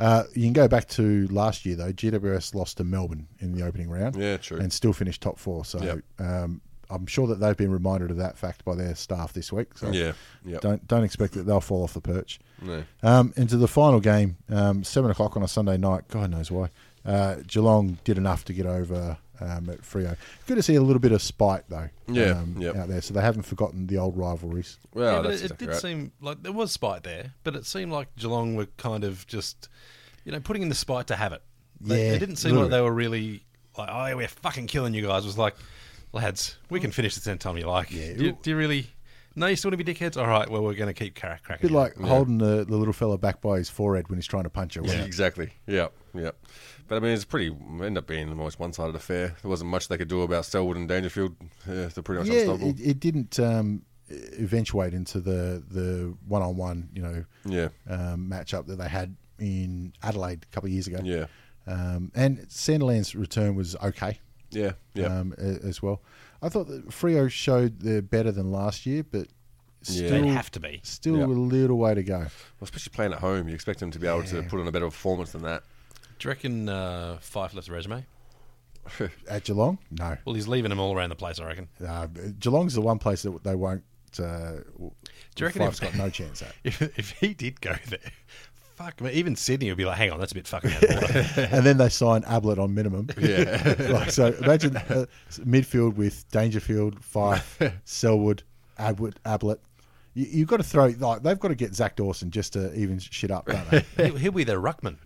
Speaker 3: Uh, you can go back to last year though. GWS lost to Melbourne in the opening round.
Speaker 4: Yeah, true.
Speaker 3: And still finished top four. So
Speaker 4: Yep.
Speaker 3: um, I'm sure that they've been reminded of that fact by their staff this week. So
Speaker 4: Yeah, yep.
Speaker 3: don't don't expect that they'll fall off the perch.
Speaker 4: No.
Speaker 3: Um, into the final game, um, seven o'clock on a Sunday night. God knows why. Uh, Geelong did enough to get over um, at Frio. Good to see a little bit of spite though.
Speaker 4: Yeah,
Speaker 3: um,
Speaker 4: yep.
Speaker 3: out there. So they haven't forgotten the old rivalries.
Speaker 4: Well,
Speaker 5: yeah, but
Speaker 4: that's
Speaker 5: it, it
Speaker 4: exactly
Speaker 5: did
Speaker 4: right.
Speaker 5: seem like there was spite there, but it seemed like Geelong were kind of just, you know, putting in the spite to have it. They,
Speaker 3: Yeah,
Speaker 5: they didn't seem
Speaker 3: little
Speaker 5: like they were really like, oh, yeah, we're fucking killing you guys. It was like, lads, we can finish this anytime you like. Yeah. Do, you- do you really? No, you still want to be dickheads? All right, well, we're going to keep crack cracking.
Speaker 3: bit like holding the, the little fella back by his forehead when he's trying to punch her. wasn't it?
Speaker 4: Exactly. Yeah, yeah. But I mean, it's pretty end up being the most one-sided affair. There wasn't much they could do about Selwood and Dangerfield. Yeah, they're pretty much
Speaker 3: yeah,
Speaker 4: unstoppable.
Speaker 3: it, it didn't um, eventuate into the the one on one, you know,
Speaker 4: Yeah.
Speaker 3: um, matchup that they had in Adelaide a couple of years ago.
Speaker 4: Yeah.
Speaker 3: um, and Sandilands' return was okay.
Speaker 4: yeah, yeah.
Speaker 3: um, a- as well. I thought that Frio showed they're better than last year, but
Speaker 4: Yeah.
Speaker 5: They'd
Speaker 3: still
Speaker 5: have to be.
Speaker 3: still a
Speaker 4: Yeah.
Speaker 3: little way to go.
Speaker 4: Well, especially playing at home, you expect them to be able to put on a better performance than that.
Speaker 5: Do you reckon uh, Fife left a resume?
Speaker 3: At Geelong, no.
Speaker 5: Well, he's leaving them all around the place, I reckon.
Speaker 3: Uh, Geelong's the one place that they won't. Uh,
Speaker 5: Do you reckon
Speaker 3: Five's
Speaker 5: if-
Speaker 3: got no chance at?
Speaker 5: If, if he did go there, fuck me. Even Sydney would be like, hang on, that's a bit fucking out of order.
Speaker 3: and then they sign Ablett on minimum.
Speaker 4: Yeah.
Speaker 3: Like, so imagine uh, midfield with Dangerfield, Fife, Selwood, Ablett. Ablett. You, you've got to throw. Like, they've got to get Zach Dawson just to even shit up, don't they?
Speaker 5: He'll, he'll be their ruckman.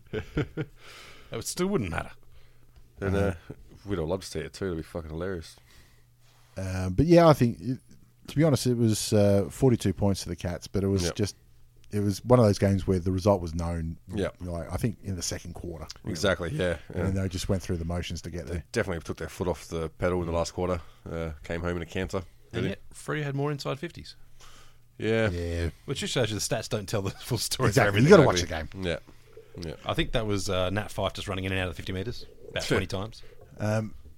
Speaker 5: it still wouldn't matter.
Speaker 4: And
Speaker 3: Uh-huh.
Speaker 4: uh, we'd all love to see it too. It'd be fucking hilarious.
Speaker 3: Um, but yeah, I think to be honest, it was uh, 42 points to the Cats, but it was
Speaker 4: Yep.
Speaker 3: just it was one of those games where the result was known.
Speaker 4: Yep.
Speaker 3: like, I think in the second quarter,
Speaker 4: Exactly. Yeah.
Speaker 3: and
Speaker 4: yeah.
Speaker 3: they just went through the motions to get there.
Speaker 4: Definitely took their foot off the pedal
Speaker 3: Mm.
Speaker 4: in the last quarter. Uh, came home in a canter.
Speaker 5: And
Speaker 4: didn't
Speaker 5: yet, Free had more inside 50s,
Speaker 4: Yeah.
Speaker 3: Yeah,
Speaker 5: which just shows you the stats don't tell the full story. for
Speaker 3: exactly. You
Speaker 5: everything.
Speaker 3: got to watch the game.
Speaker 4: Yeah. Yeah.
Speaker 5: I think that was uh, Nat Fife just running in and out of 50 metres about 20 times.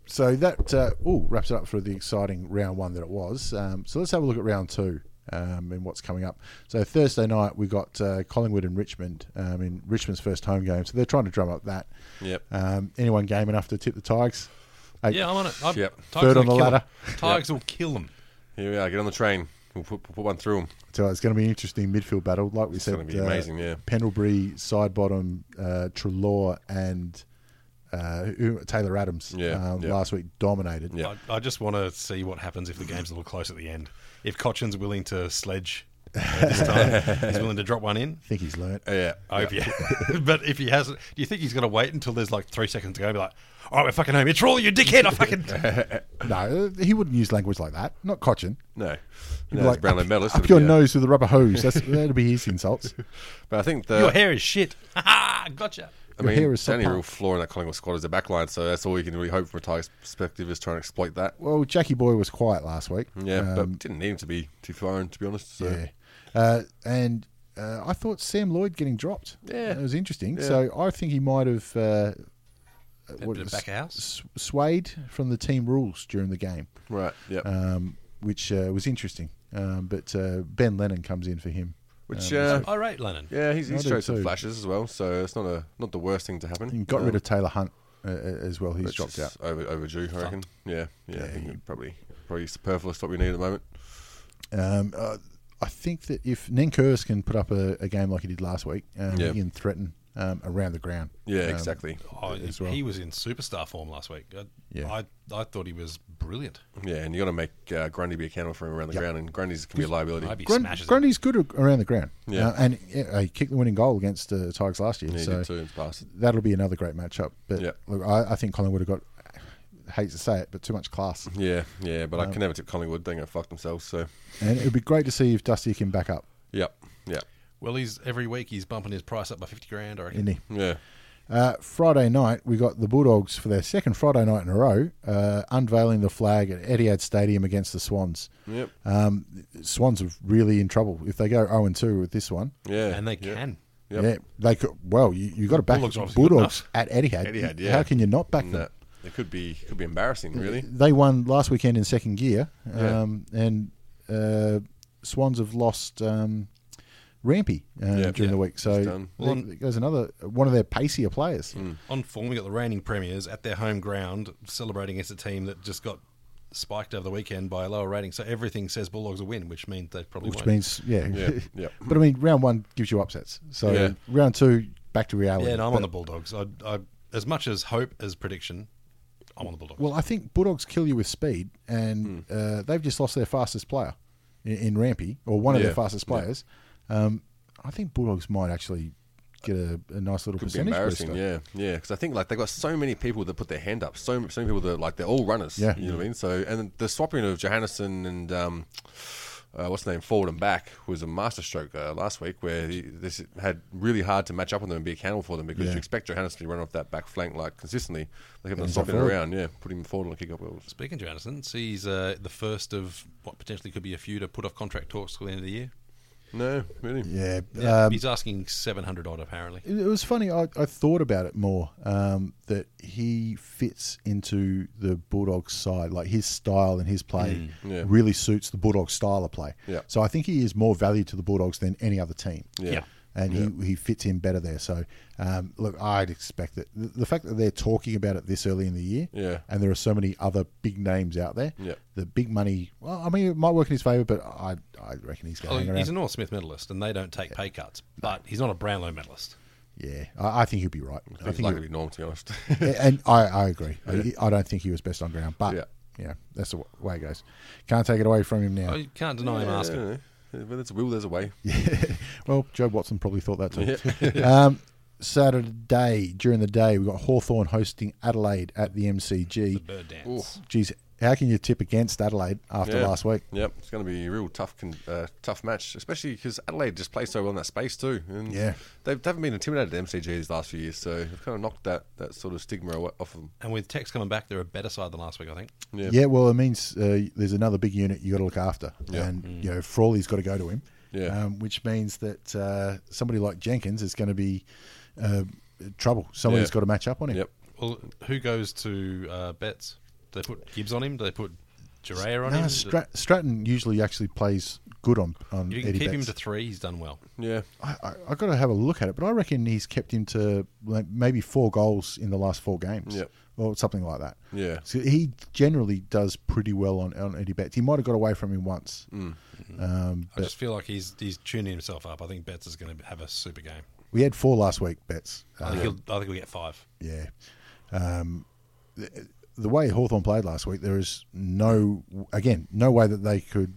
Speaker 3: So that uh, ooh, wraps it up for the exciting round one that it was. Um, so let's have a look at round two um, and what's coming up. So Thursday night we got uh, Collingwood and Richmond um, in Richmond's first home game. So they're trying to drum up that.
Speaker 4: Yep.
Speaker 3: Um, anyone game enough to tip the Tigers? Eight-
Speaker 5: Yeah, I'm on it. I'm,
Speaker 4: Yep.
Speaker 5: Tigers
Speaker 3: Third on
Speaker 5: will
Speaker 3: the
Speaker 5: kill 'em.
Speaker 3: ladder.
Speaker 5: Tigers will kill them.
Speaker 4: Here we are. Get on the train. We'll put, put one through them.
Speaker 3: So it's going to be an interesting midfield battle, like we said. uh,
Speaker 4: gonna be amazing, yeah.
Speaker 3: Pendlebury, Sidebottom, uh, Trelaw, and uh, who- Taylor Adams.
Speaker 4: Yeah,
Speaker 3: um,
Speaker 4: yeah.
Speaker 3: last week dominated.
Speaker 4: Yeah.
Speaker 5: I, I just want to see what happens if the game's a little close at the end. If Cochin's willing to sledge uh, this time, he's willing to drop one in.
Speaker 3: I think he's learnt.
Speaker 4: Yeah.
Speaker 5: I hope yeah. but if he hasn't, do you think he's going to wait until there's like three seconds to go and be like, all right, we're fucking home. It's all you dickhead. I fucking.
Speaker 3: No, he wouldn't use language like that. Not Cochin.
Speaker 4: No.
Speaker 3: He'd
Speaker 4: No,
Speaker 3: be
Speaker 4: it's Brownlow
Speaker 3: up,
Speaker 4: medalist.
Speaker 3: up
Speaker 4: it'd
Speaker 3: your
Speaker 4: be a-
Speaker 3: nose with a rubber hose. That's, that'd be his insults.
Speaker 4: But I think the
Speaker 5: Your hair is shit. Ha ha, Uh, Ah, gotcha.
Speaker 4: I
Speaker 3: your
Speaker 4: mean,
Speaker 3: hair is
Speaker 4: the only
Speaker 3: subpar.
Speaker 4: real flaw in that Collingwood squad is the back line, so that's all you can really hope from a Tigers perspective is trying to exploit that.
Speaker 3: Well, Jackie Boy was quiet last week.
Speaker 4: Yeah,
Speaker 3: Um,
Speaker 4: but didn't need him to be too foreign, to be honest. So.
Speaker 3: yeah. Uh, and uh, I thought Sam Lloyd getting dropped.
Speaker 4: Yeah.
Speaker 3: it was interesting. So I think he might have uh, what
Speaker 5: bit of
Speaker 3: was-
Speaker 5: back of house.
Speaker 3: s- swayed from the team rules during the game,
Speaker 4: Right, yeah.
Speaker 3: um, which uh, was interesting. Um, but uh, Ben Lennon comes in for him.
Speaker 4: Which,
Speaker 3: um,
Speaker 4: uh,
Speaker 5: I rate Lennon.
Speaker 4: yeah, he's,
Speaker 3: I
Speaker 4: he's
Speaker 3: do
Speaker 4: showed some
Speaker 3: too.
Speaker 4: flashes as well, so it's not a not the worst thing to happen.
Speaker 3: And got rid of Taylor Hunt uh, uh, as well. He's
Speaker 4: Oh. Which
Speaker 3: dropped
Speaker 4: is
Speaker 3: out.
Speaker 4: Over, overdue, I reckon. Yeah, yeah, I think it probably probably superfluous what we need at the moment.
Speaker 3: Um, uh, I think that if Ninkurs can put up a, a game like he did last week, um,
Speaker 4: Yeah.
Speaker 3: he can threaten um, around the ground.
Speaker 4: Yeah,
Speaker 3: Um,
Speaker 4: exactly.
Speaker 5: Oh,
Speaker 3: as well.
Speaker 5: He was in superstar form last week. I,
Speaker 3: Yeah.
Speaker 5: I, I thought he was brilliant.
Speaker 4: Yeah, and you got to make uh, Grundy be accountable for him around the
Speaker 3: Yep.
Speaker 4: ground, and Grundy's can be a liability.
Speaker 5: Maybe
Speaker 3: Grund-
Speaker 5: smashes it.
Speaker 3: Grundy's good a- around the ground.
Speaker 4: Yeah.
Speaker 3: Uh, and uh, he kicked the winning goal against uh, Tigers last year.
Speaker 4: Yeah, he
Speaker 3: so
Speaker 4: did too, it's bastard.
Speaker 3: that'll be another great matchup. But
Speaker 4: Yeah.
Speaker 3: look, I, I think Collingwood have got, hate to say it, but too much class.
Speaker 4: Yeah, yeah, but
Speaker 3: uh,
Speaker 4: I can never tip Collingwood. They're going to fuck themselves, so.
Speaker 3: and it would be great to see if Dusty can back up,
Speaker 4: Yep, yep,
Speaker 5: Well, he's every week he's bumping his price up by 50 grand, I reckon.
Speaker 3: isn't he?
Speaker 4: yeah.
Speaker 3: Uh, Friday night, we got the Bulldogs for their second Friday night in a row, uh, unveiling the flag at Etihad Stadium against the Swans. Um,
Speaker 4: Yep.
Speaker 3: Swans are really in trouble if they go zero and two with this one.
Speaker 4: yeah.
Speaker 5: And they
Speaker 4: yeah.
Speaker 5: can.
Speaker 4: Yep.
Speaker 3: Yeah, they could. Well, you, you got to back
Speaker 5: Bulldogs are
Speaker 3: Bulldogs,
Speaker 5: obviously good
Speaker 3: at Etihad.
Speaker 4: Etihad, yeah.
Speaker 3: How can you not back
Speaker 4: No,
Speaker 3: them?
Speaker 4: it could be could be embarrassing, really.
Speaker 3: They won last weekend in second gear,
Speaker 4: Yeah.
Speaker 3: um, and uh, Swans have lost um, Rampy um,
Speaker 4: Yeah,
Speaker 3: during
Speaker 4: yeah,
Speaker 3: the week. So
Speaker 4: he's done. Hmm.
Speaker 3: there, there goes another one of their pacier players.
Speaker 5: On form, we got the reigning premiers at their home ground celebrating against a team that just got spiked over the weekend by a lower rating. So everything says Bulldogs will win, which means they probably
Speaker 3: which
Speaker 5: won't.
Speaker 3: means yeah.
Speaker 4: Yeah, yeah.
Speaker 3: but I mean, round one gives you upsets. So
Speaker 4: Yeah.
Speaker 3: round two, back to reality.
Speaker 5: yeah, and I'm
Speaker 3: But-
Speaker 5: on the Bulldogs. I, I, as much as hope as prediction, I'm on the Bulldogs.
Speaker 3: Well, I think Bulldogs kill you with speed, and
Speaker 4: Hmm.
Speaker 3: uh, they've just lost their fastest player in, in Rampy, or one of their
Speaker 4: Yeah.
Speaker 3: fastest players. Um, I think Bulldogs might actually get a, a nice little
Speaker 4: Could be
Speaker 3: percentage
Speaker 4: embarrassing,
Speaker 3: booster.
Speaker 4: yeah, yeah. Because I think like they got so many people that put their hand up, so so many people that like they're all runners.
Speaker 3: Yeah.
Speaker 4: you know what I mean. So and the swapping of Johannesson and um, uh, what's the name forward and back was a masterstroke uh, last week, where he, this had really hard to match up on them and be accountable for them because
Speaker 3: Yeah.
Speaker 4: you expect Johannesson to be running off that back flank like consistently. They kept on
Speaker 3: he's
Speaker 4: swapping it
Speaker 3: not forward.
Speaker 4: around, yeah, putting him forward on the kick up wheels.
Speaker 5: Speaking of Jonathan, he's uh, the first of what potentially could be a few to put off contract talks till the end of the year.
Speaker 4: No, really,
Speaker 3: Yeah, Um,
Speaker 5: he's asking 700 odd, apparently.
Speaker 3: it, it was funny. I, I thought about it more um, that he fits into the Bulldogs side. Like his style and his play
Speaker 4: Mm, yeah.
Speaker 3: really suits the Bulldogs style of play.
Speaker 4: Yeah.
Speaker 3: So I think he is more valued to the Bulldogs than any other team.
Speaker 4: yeah.
Speaker 3: and he, he fits in better there. So, um, look, I'd expect that the, the fact that they're talking about it this early in the year,
Speaker 4: Yeah.
Speaker 3: and there are so many other big names out there,
Speaker 4: Yeah.
Speaker 3: the big money. Well, I mean, it might work in his favour, but I I reckon he's going
Speaker 5: Oh,
Speaker 3: to hang around.
Speaker 5: he's a North Smith medalist, and they don't take pay cuts, but he's not a Brownlow medalist.
Speaker 3: yeah, I, I think he'll be right. I
Speaker 4: It's
Speaker 3: think,
Speaker 4: likely to
Speaker 3: he'll-
Speaker 4: be normal, to be honest.
Speaker 3: and I, I agree. I, I don't think he was best on ground, but
Speaker 4: Yeah.
Speaker 3: yeah, that's the w- way it goes. Can't take it away from him now.
Speaker 5: Oh, you can't deny him asking.
Speaker 4: When there's a will, there's a way.
Speaker 3: Well, Joe Watson probably thought that too. um, Saturday during the day, we've got Hawthorn hosting Adelaide at the MCG.
Speaker 5: Bird dance.
Speaker 3: Geez, how can you tip against Adelaide after
Speaker 4: Yeah.
Speaker 3: last week?
Speaker 4: Yep, it's going to be a real tough, con- uh, tough match, especially because Adelaide just plays so well in that space too. And
Speaker 3: Yeah.
Speaker 4: they they haven't been intimidated at MCG these last few years, so they've kind of knocked that, that sort of stigma awa- off them.
Speaker 5: And with Tex coming back, they're a better side than last week, I think.
Speaker 4: Yeah.
Speaker 3: Yeah, well, it means uh, there's another big unit you got to look after, and you know Frawley's got to go to him.
Speaker 4: Mm. Yeah.
Speaker 3: um, which means that uh, somebody like Jenkins is going to be uh, trouble. Somebody's
Speaker 4: Yeah.
Speaker 3: got to match up on him.
Speaker 4: Yep.
Speaker 5: Well, who goes to uh, bets? Do they put Gibbs on him? Do they put Jarea on
Speaker 3: No,
Speaker 5: him?
Speaker 3: Strat- Stratton usually actually plays good on on
Speaker 5: you can
Speaker 3: Eddie
Speaker 5: keep him
Speaker 3: Betts.
Speaker 5: to three. He's done well.
Speaker 4: Yeah.
Speaker 3: I, I, I got to have a look at it, but I reckon he's kept him to like maybe four goals in the last four games,
Speaker 4: Yep.
Speaker 3: or something like that.
Speaker 4: Yeah.
Speaker 3: so he generally does pretty well on, on Eddie Betts. He might have got away from him once.
Speaker 5: Mm.
Speaker 3: Um,
Speaker 5: I just feel like he's he's tuning himself up. I think Betts is going to have a super game.
Speaker 3: we had four last week, Betts. Uh,
Speaker 5: I think, he'll, I think we'll get five.
Speaker 3: Yeah. Um, the, the way Hawthorn played last week, there is no, again, no way that they could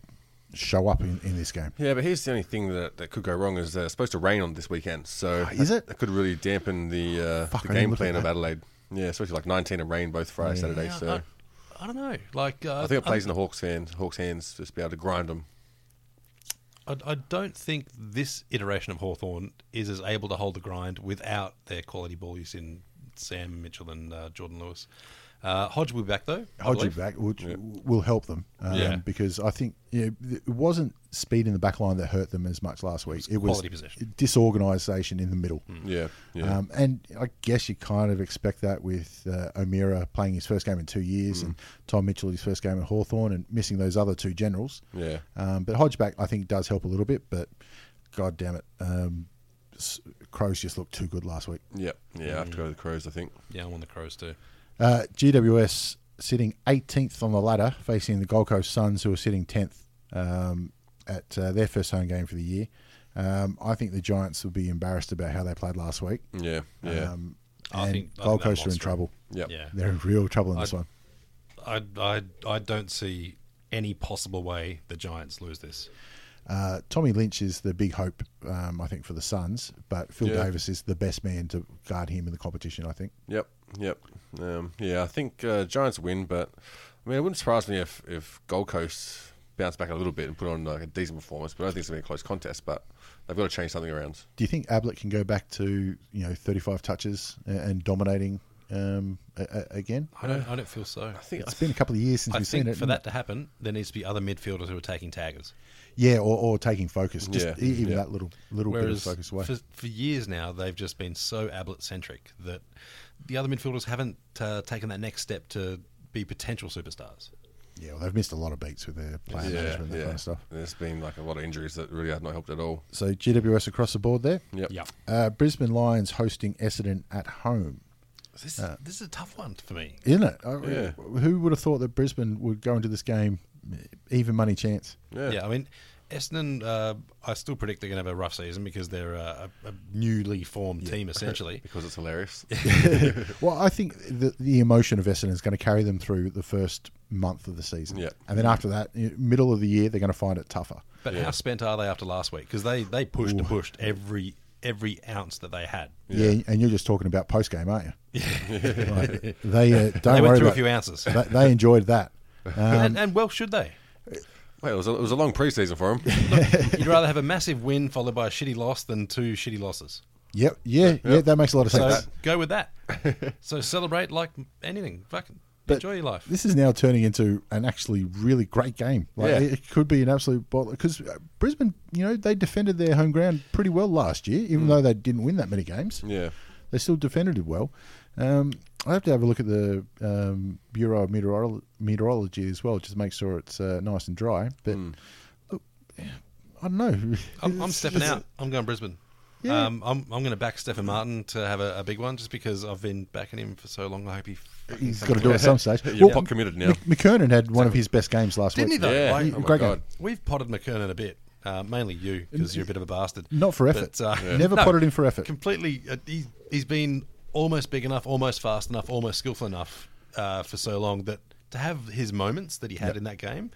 Speaker 3: show up in, in this game.
Speaker 4: Yeah, but here's the only thing that, that could go wrong is uh, it's supposed to rain on this weekend, so
Speaker 3: Ah, is
Speaker 4: that-
Speaker 3: it?
Speaker 4: That could really dampen the, uh,
Speaker 3: Fuck, I
Speaker 4: the
Speaker 3: didn't
Speaker 4: game
Speaker 3: look at
Speaker 4: plan of
Speaker 3: that.
Speaker 4: Adelaide. Yeah, especially like 19 and rain both Friday, Saturday.
Speaker 5: Yeah,
Speaker 4: so
Speaker 5: I, I don't know. Like uh,
Speaker 4: I think it plays in the Hawks' hands. Hawks' hands just be able to grind them.
Speaker 5: I, I don't think this iteration of Hawthorn is as able to hold the grind without their quality ball use in Sam Mitchell and uh, Jordan Lewis. Uh, Hodge will be back though. I
Speaker 3: Hodgie
Speaker 5: believe.
Speaker 3: back, which will help them, um,
Speaker 5: Yeah.
Speaker 3: because I think you know, it wasn't speed in the back line that hurt them as much last week. It was
Speaker 5: quality possession. Mm.
Speaker 3: disorganisation in the middle.
Speaker 4: Yeah. Yeah.
Speaker 3: Um, and I guess you kind of expect that with uh, O'Meara playing his first game in two years
Speaker 5: Mm.
Speaker 3: and Tom Mitchell his first game at Hawthorn, and missing those other two generals.
Speaker 4: Yeah.
Speaker 3: Um, but Hodgeback, I think, does help a little bit, but god damn it. Um, S- Crows just looked too good last week.
Speaker 4: yep. Yeah. I have to go to the Crows, I think.
Speaker 5: Yeah, I'm on the Crows too.
Speaker 3: Uh, GWS sitting 18th on the ladder, facing the Gold Coast Suns, who are sitting 10th um, at uh, their first home game for the year. Um, I think the Giants will be embarrassed about how they played last week.
Speaker 4: Yeah. Yeah.
Speaker 3: Um,
Speaker 5: I
Speaker 3: and
Speaker 5: think- I think
Speaker 3: Gold
Speaker 5: that
Speaker 3: Coast are in
Speaker 5: lot's through.
Speaker 3: trouble.
Speaker 4: yep.
Speaker 5: Yeah.
Speaker 3: They're in real trouble in this
Speaker 5: I-
Speaker 3: one.
Speaker 5: I, I, I don't see any possible way the Giants lose this.
Speaker 3: Uh, Tommy Lynch is the big hope, um, I think, for the Suns, but Phil
Speaker 4: Yeah.
Speaker 3: Davis is the best man to guard him in the competition, I think.
Speaker 4: Yep, yep. Um, yeah, I think uh, Giants win, but I mean, it wouldn't surprise me if, if Gold Coast bounce back a little bit and put on like a decent performance. But I don't think it's going to be a close contest. But they've got to change something around.
Speaker 3: Do you think Ablett can go back to you know 35 touches a- and dominating um, a- a- again?
Speaker 5: I don't, I don't feel so.
Speaker 4: I think
Speaker 3: It's been a couple of years since
Speaker 5: I
Speaker 3: we've seen
Speaker 5: think
Speaker 3: it.
Speaker 5: for that to happen, there needs to be other midfielders who are taking taggers.
Speaker 3: yeah, or, or taking focus, just
Speaker 4: Yeah,
Speaker 3: e- even
Speaker 4: yeah.
Speaker 3: that little little bit of
Speaker 5: Whereas
Speaker 3: focus away.
Speaker 5: for, for years now, they've just been so Ablett centric that the other midfielders haven't uh, taken that next step to be potential superstars.
Speaker 3: yeah, well, they've missed a lot of beats with their player
Speaker 4: yeah,
Speaker 3: management, that
Speaker 4: yeah.
Speaker 3: kind of stuff.
Speaker 4: There's been like a lot of injuries that really have not helped at all.
Speaker 3: So GWS across the board there.
Speaker 4: Yep.
Speaker 5: Yeah.
Speaker 3: Uh, Brisbane Lions hosting Essendon at home,
Speaker 5: This, this is a tough one for me.
Speaker 3: isn't it? I-
Speaker 4: Yeah.
Speaker 3: Who would have thought that Brisbane would go into this game eh, even money chance?
Speaker 4: Yeah.
Speaker 5: I mean, Essendon, uh, I still predict they're going to have a rough season because they're uh, a, a newly formed team, essentially.
Speaker 4: Because it's hilarious.
Speaker 3: Well, I think the, the emotion of Essendon is going to carry them through the first month of the season.
Speaker 4: Yeah.
Speaker 3: And then after that, you know, middle of the year, they're going to find it tougher.
Speaker 5: But how spent are they after last week? Because they, they pushed and pushed every every ounce that they had.
Speaker 3: Yeah. and you're just talking about post game, aren't you? Right. They uh, don't
Speaker 5: they
Speaker 3: worry
Speaker 5: went through
Speaker 3: about
Speaker 5: a few ounces.
Speaker 3: They, they enjoyed that. Uh,
Speaker 5: and, and well, should they?
Speaker 4: Well, it was a, it was a long preseason for him.
Speaker 5: You'd rather have a massive win followed by a shitty loss than two shitty losses.
Speaker 3: Yep. Yeah. Yeah. That makes a lot of
Speaker 5: So
Speaker 3: sense.
Speaker 5: go with that. so celebrate like anything. Fucking
Speaker 3: But
Speaker 5: enjoy your life.
Speaker 3: This is now turning into an actually really great game. Like
Speaker 4: Yeah.
Speaker 3: it, it could be an absolute bottle because Brisbane, you know, they defended their home ground pretty well last year,
Speaker 5: Hmm.
Speaker 3: even though they didn't win that many games.
Speaker 4: yeah.
Speaker 3: They still defended it well. Um, I have to have a look at the um, Bureau of Meteorolo- Meteorology as well, just to make sure it's uh, nice and dry. But look, I don't know.
Speaker 5: Hmm. I'm, I'm
Speaker 3: It's-
Speaker 5: stepping
Speaker 3: it's-
Speaker 5: out. I'm going Brisbane.
Speaker 3: Yeah.
Speaker 5: Um, I'm, I'm going to back Stephen Martin to have a, a big one just because I've been backing him for so long. I hope he. fucking
Speaker 3: He's got
Speaker 5: comes
Speaker 3: to do it
Speaker 5: through.
Speaker 3: at some stage.
Speaker 4: You're pot committed now.
Speaker 3: Mc- McKernan had one of his best games last
Speaker 5: Didn't he
Speaker 3: week.
Speaker 5: though?
Speaker 4: Yeah.
Speaker 5: Like,
Speaker 4: Oh my
Speaker 3: Great game.
Speaker 4: God.
Speaker 5: We've potted McKernan a bit, uh, mainly you because you're a bit of a bastard.
Speaker 3: Not for effort.
Speaker 5: But, uh,
Speaker 3: Never
Speaker 5: no,
Speaker 3: potted him for effort.
Speaker 5: Completely. Uh, he, he's been almost big enough, almost fast enough, almost skillful enough uh, for so long that to have his moments that he had in that game.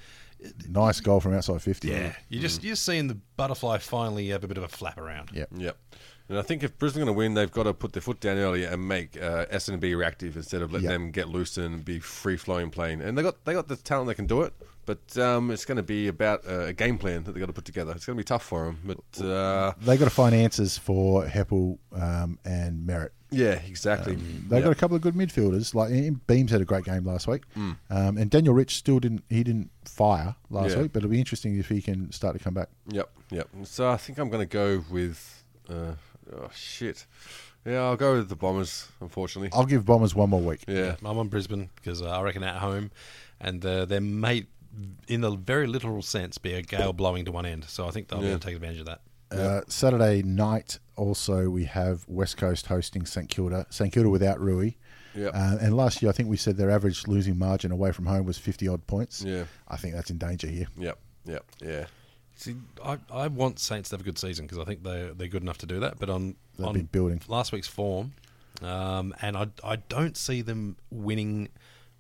Speaker 3: Nice goal from outside 50.
Speaker 4: Mm.
Speaker 5: you just you're seeing the butterfly finally have a bit of a flap around.
Speaker 3: Yeah.
Speaker 4: Yep. And I think if Brisbane are going to win, they've got to put their foot down earlier and make uh, S and B reactive instead of letting
Speaker 3: Yeah.
Speaker 4: them get loose and be free flowing playing. And they got they got the talent that can do it, but um, it's going to be about uh, a game plan that they have got to put together. It's going to be tough for them, but uh,
Speaker 3: They got to find answers for Heppel um, and Merritt.
Speaker 4: yeah, exactly.
Speaker 3: Um, They got a couple of good midfielders. Like and Beams had a great game last week,
Speaker 4: Hmm.
Speaker 3: um, and Daniel Rich still didn't. He didn't fire last
Speaker 4: Yeah.
Speaker 3: week, but it'll be interesting if he can start to come back.
Speaker 4: Yep, yep. So I think I'm going to go with. Uh, oh shit! Yeah, I'll go with the Bombers. Unfortunately,
Speaker 3: I'll give Bombers one more week.
Speaker 4: yeah,
Speaker 5: I'm on Brisbane because I reckon at home, and uh, there may, in a very literal sense, be a gale blowing to one end. So I think they'll be able to take advantage of that.
Speaker 3: Uh, Saturday night also we have West Coast hosting St Kilda. St Kilda without Rui.
Speaker 4: Yep.
Speaker 3: Uh, and last year, I think we said their average losing margin away from home was fifty odd points.
Speaker 4: Yeah.
Speaker 3: I think that's in danger here.
Speaker 4: yep, yep, yeah.
Speaker 5: See, I, I want Saints to have a good season because I think they they're good enough to do that. But on
Speaker 3: They've
Speaker 5: on
Speaker 3: been building.
Speaker 5: last week's form, um, and I I don't see them winning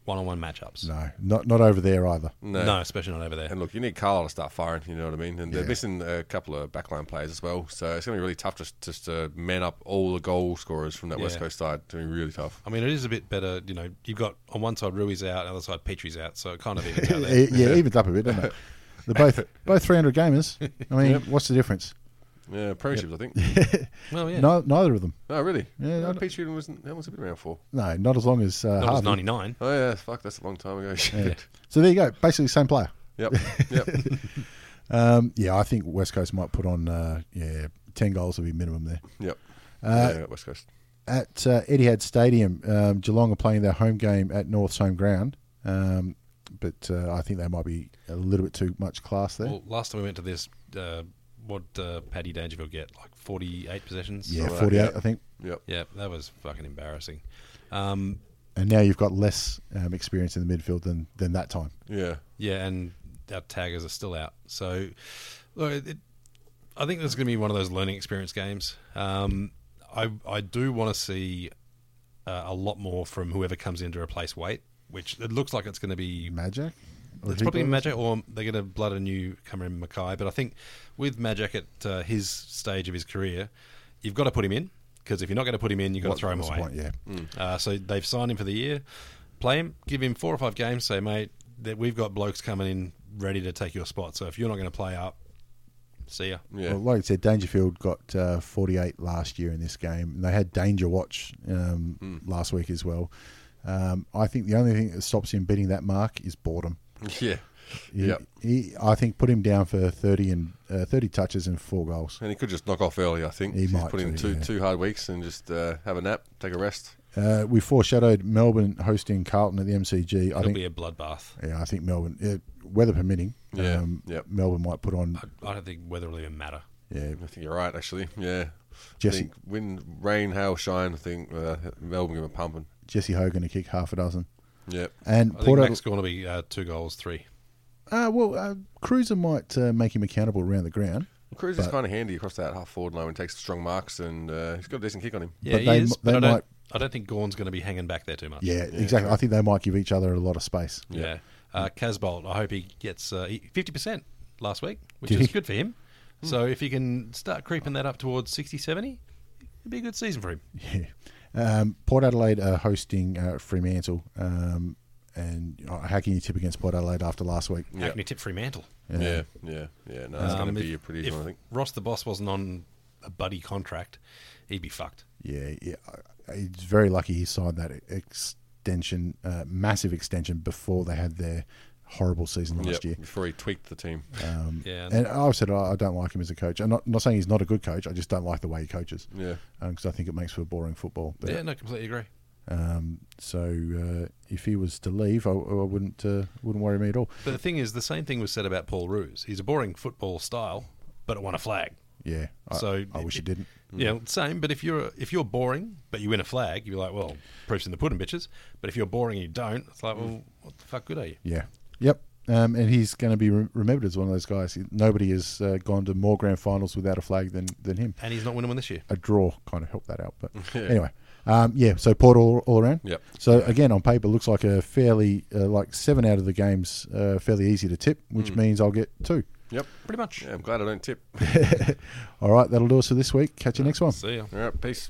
Speaker 5: one on one matchups.
Speaker 3: No, not not over there either.
Speaker 4: Mm.
Speaker 5: No. especially not over there.
Speaker 4: And look, you need Carlisle to start firing. You know what I mean. And
Speaker 3: Yeah.
Speaker 4: they're missing a couple of backline players as well, so it's going to be really tough just just to man up all the goal scorers from that West
Speaker 5: Yeah.
Speaker 4: Coast side. It's going to be really tough.
Speaker 5: I mean, it is a bit better. You know, you've got on one side Rui's out, on the other side Petrie's out, so it kind of evens out there.
Speaker 3: E, yeah, yeah, evens up a bit, doesn't it? They're both both three hundred gamers. I mean, what's the difference?
Speaker 4: Yeah, premierships, I think.
Speaker 5: Well, yeah,
Speaker 3: No, neither of them.
Speaker 4: oh, really?
Speaker 3: Yeah, I
Speaker 4: no,
Speaker 3: don't-
Speaker 4: Peach Shooting wasn't. That was a bit around for.
Speaker 3: No, not as long as uh,
Speaker 5: that was
Speaker 3: Harvey.
Speaker 5: ninety nine.
Speaker 4: Oh yeah, fuck, that's a long time ago.
Speaker 3: Yeah.
Speaker 4: Shit.
Speaker 3: So there you go. Basically, same player.
Speaker 4: Yep, yep.
Speaker 3: Um, yeah, I think West Coast might put on uh, yeah ten goals would be minimum there.
Speaker 4: Yep. Uh, yeah, West Coast.
Speaker 3: At uh, Etihad Stadium, um, Geelong are playing their home game at North's home ground, um, but uh, I think they might be a little bit too much class there.
Speaker 5: Well, last time we went to this, uh, what uh, Paddy Dangerfield get like forty eight possessions?
Speaker 3: yeah,
Speaker 5: Something like
Speaker 3: forty-eight,
Speaker 4: yeah.
Speaker 3: I think.
Speaker 4: Yep.
Speaker 5: that. uh, Yeah, that was fucking embarrassing. Um,
Speaker 3: And now you've got less um, experience in the midfield than than that time.
Speaker 4: Yeah.
Speaker 5: Yeah, and our taggers are still out. So, look, it, it- I think this is going to be one of those learning experience games. Um, I I do want to see uh, a lot more from whoever comes in to replace Wait, which it looks like it's going to be.
Speaker 3: Magic. Or
Speaker 5: It's
Speaker 3: who
Speaker 5: probably
Speaker 3: goes?
Speaker 5: Magic, or they're going to blood a new comer in Mackay. But I think with Magic at uh, his stage of his career, you've got to put him in because if you're not going to put him in, you've got
Speaker 3: What-
Speaker 5: to throw him
Speaker 3: what's the
Speaker 5: away.
Speaker 3: point? Yeah.
Speaker 5: Uh, so they've signed him for the year. Play him, give him four or five games. Say, mate, that we've got blokes coming in ready to take your spot. So if you're not going to play up, see ya.
Speaker 4: Yeah.
Speaker 3: Well, like I said, Dangerfield got uh, 48 last year in this game, and they had Danger Watch um,
Speaker 5: Hmm.
Speaker 3: last week as well. Um, I think the only thing that stops him beating that mark is boredom.
Speaker 4: yeah.
Speaker 3: He,
Speaker 4: Yep.
Speaker 3: he, I think put him down for 30 and uh, 30 touches and four goals.
Speaker 4: And he could just knock off early, I think.
Speaker 3: He
Speaker 4: He's
Speaker 3: might
Speaker 4: put in
Speaker 3: do,
Speaker 4: two
Speaker 3: yeah.
Speaker 4: two hard weeks and just uh, have a nap, take a rest.
Speaker 3: Uh, we foreshadowed Melbourne hosting Carlton at the MCG. I
Speaker 5: It'll
Speaker 3: think,
Speaker 5: be a bloodbath.
Speaker 3: yeah, I think Melbourne, uh, weather permitting, um,
Speaker 4: Yeah, yep.
Speaker 3: Melbourne might put on.
Speaker 5: I don't think weather will even matter.
Speaker 3: Yeah,
Speaker 4: I think you're right, actually. Yeah.
Speaker 3: Jesse-
Speaker 4: I think wind, rain, hail, shine. I think uh, Melbourne give him a pumping.
Speaker 3: Jesse Hogan to kick half a dozen,
Speaker 4: Yep.
Speaker 3: and
Speaker 5: I think
Speaker 3: Porto.
Speaker 5: Mac's going to be uh, two goals, three.
Speaker 3: uh, well, uh, Cruiser might uh, make him accountable around the ground.
Speaker 4: Cruz is kind of handy across that half forward line when he takes strong marks and uh, he's got a decent kick on him.
Speaker 5: Yeah, he
Speaker 3: they
Speaker 5: is,
Speaker 3: m-
Speaker 5: but
Speaker 3: they
Speaker 5: I don't,
Speaker 3: might-
Speaker 5: I don't think Gorn's going to be hanging back there too much.
Speaker 3: Yeah, exactly. I think they might give each other a lot of space.
Speaker 5: Yeah. Uh, Casbolt, I hope he gets uh, he- 50% last week, which
Speaker 3: Did
Speaker 5: is
Speaker 3: he?
Speaker 5: good for him.
Speaker 4: Hmm.
Speaker 5: So if he can start creeping that up towards 60, 70, it'd be a good season for him.
Speaker 3: Yeah. Um, Port Adelaide are hosting uh, Fremantle, um, and uh, how can you tip against Port Adelaide after last week?
Speaker 5: How can you tip Fremantle?
Speaker 4: Yeah. Yeah. Yeah. No, it's going
Speaker 5: Um,
Speaker 4: to
Speaker 5: if-
Speaker 4: be a pretty easy
Speaker 5: if
Speaker 4: one, I think.
Speaker 5: Ross the boss wasn't on a buddy contract, he'd be fucked.
Speaker 3: Yeah, yeah. I- He's very lucky he signed that extension, uh, massive extension, before they had their horrible season last
Speaker 4: Yep.
Speaker 3: year. Uh,
Speaker 4: Before he tweaked the team. Mm.
Speaker 5: yeah,
Speaker 3: And I've said I I don't like him as a coach. I'm not, not saying he's not a good coach. I just don't like the way he coaches.
Speaker 4: Yeah.
Speaker 3: Because I think it makes for boring football. But,
Speaker 5: yeah, no, completely agree.
Speaker 3: Um, so uh, if he was to leave, I, I wouldn't uh, wouldn't worry me at all.
Speaker 5: But the thing is, the same thing was said about Paul Ruse. He's a boring football style, but it won a flag.
Speaker 3: Yeah. I,
Speaker 5: so
Speaker 3: I wish he didn't.
Speaker 5: Yeah, same. But if you're if you're boring, but you win a flag, you're like, well, proof's in the pudding, bitches. But if you're boring and you don't, it's like, well, what the fuck good are you?
Speaker 3: Yeah. Yep. Um, and he's going to be re- remembered as one of those guys. Nobody has uh, gone to more grand finals without a flag than than him.
Speaker 5: And he's not winning one this year.
Speaker 3: A draw kind of helped that out. But anyway, Um, yeah, so Port all, all around.
Speaker 4: Yep.
Speaker 3: So again, on paper, looks like a fairly uh, like seven out of the games uh, fairly easy to tip, which
Speaker 4: Hmm.
Speaker 3: means I'll get two.
Speaker 4: Yep.
Speaker 5: Pretty much.
Speaker 4: Yeah, I'm glad I don't tip.
Speaker 3: All right, that'll do us for this week. Catch you next one.
Speaker 5: See ya.
Speaker 4: All right, peace.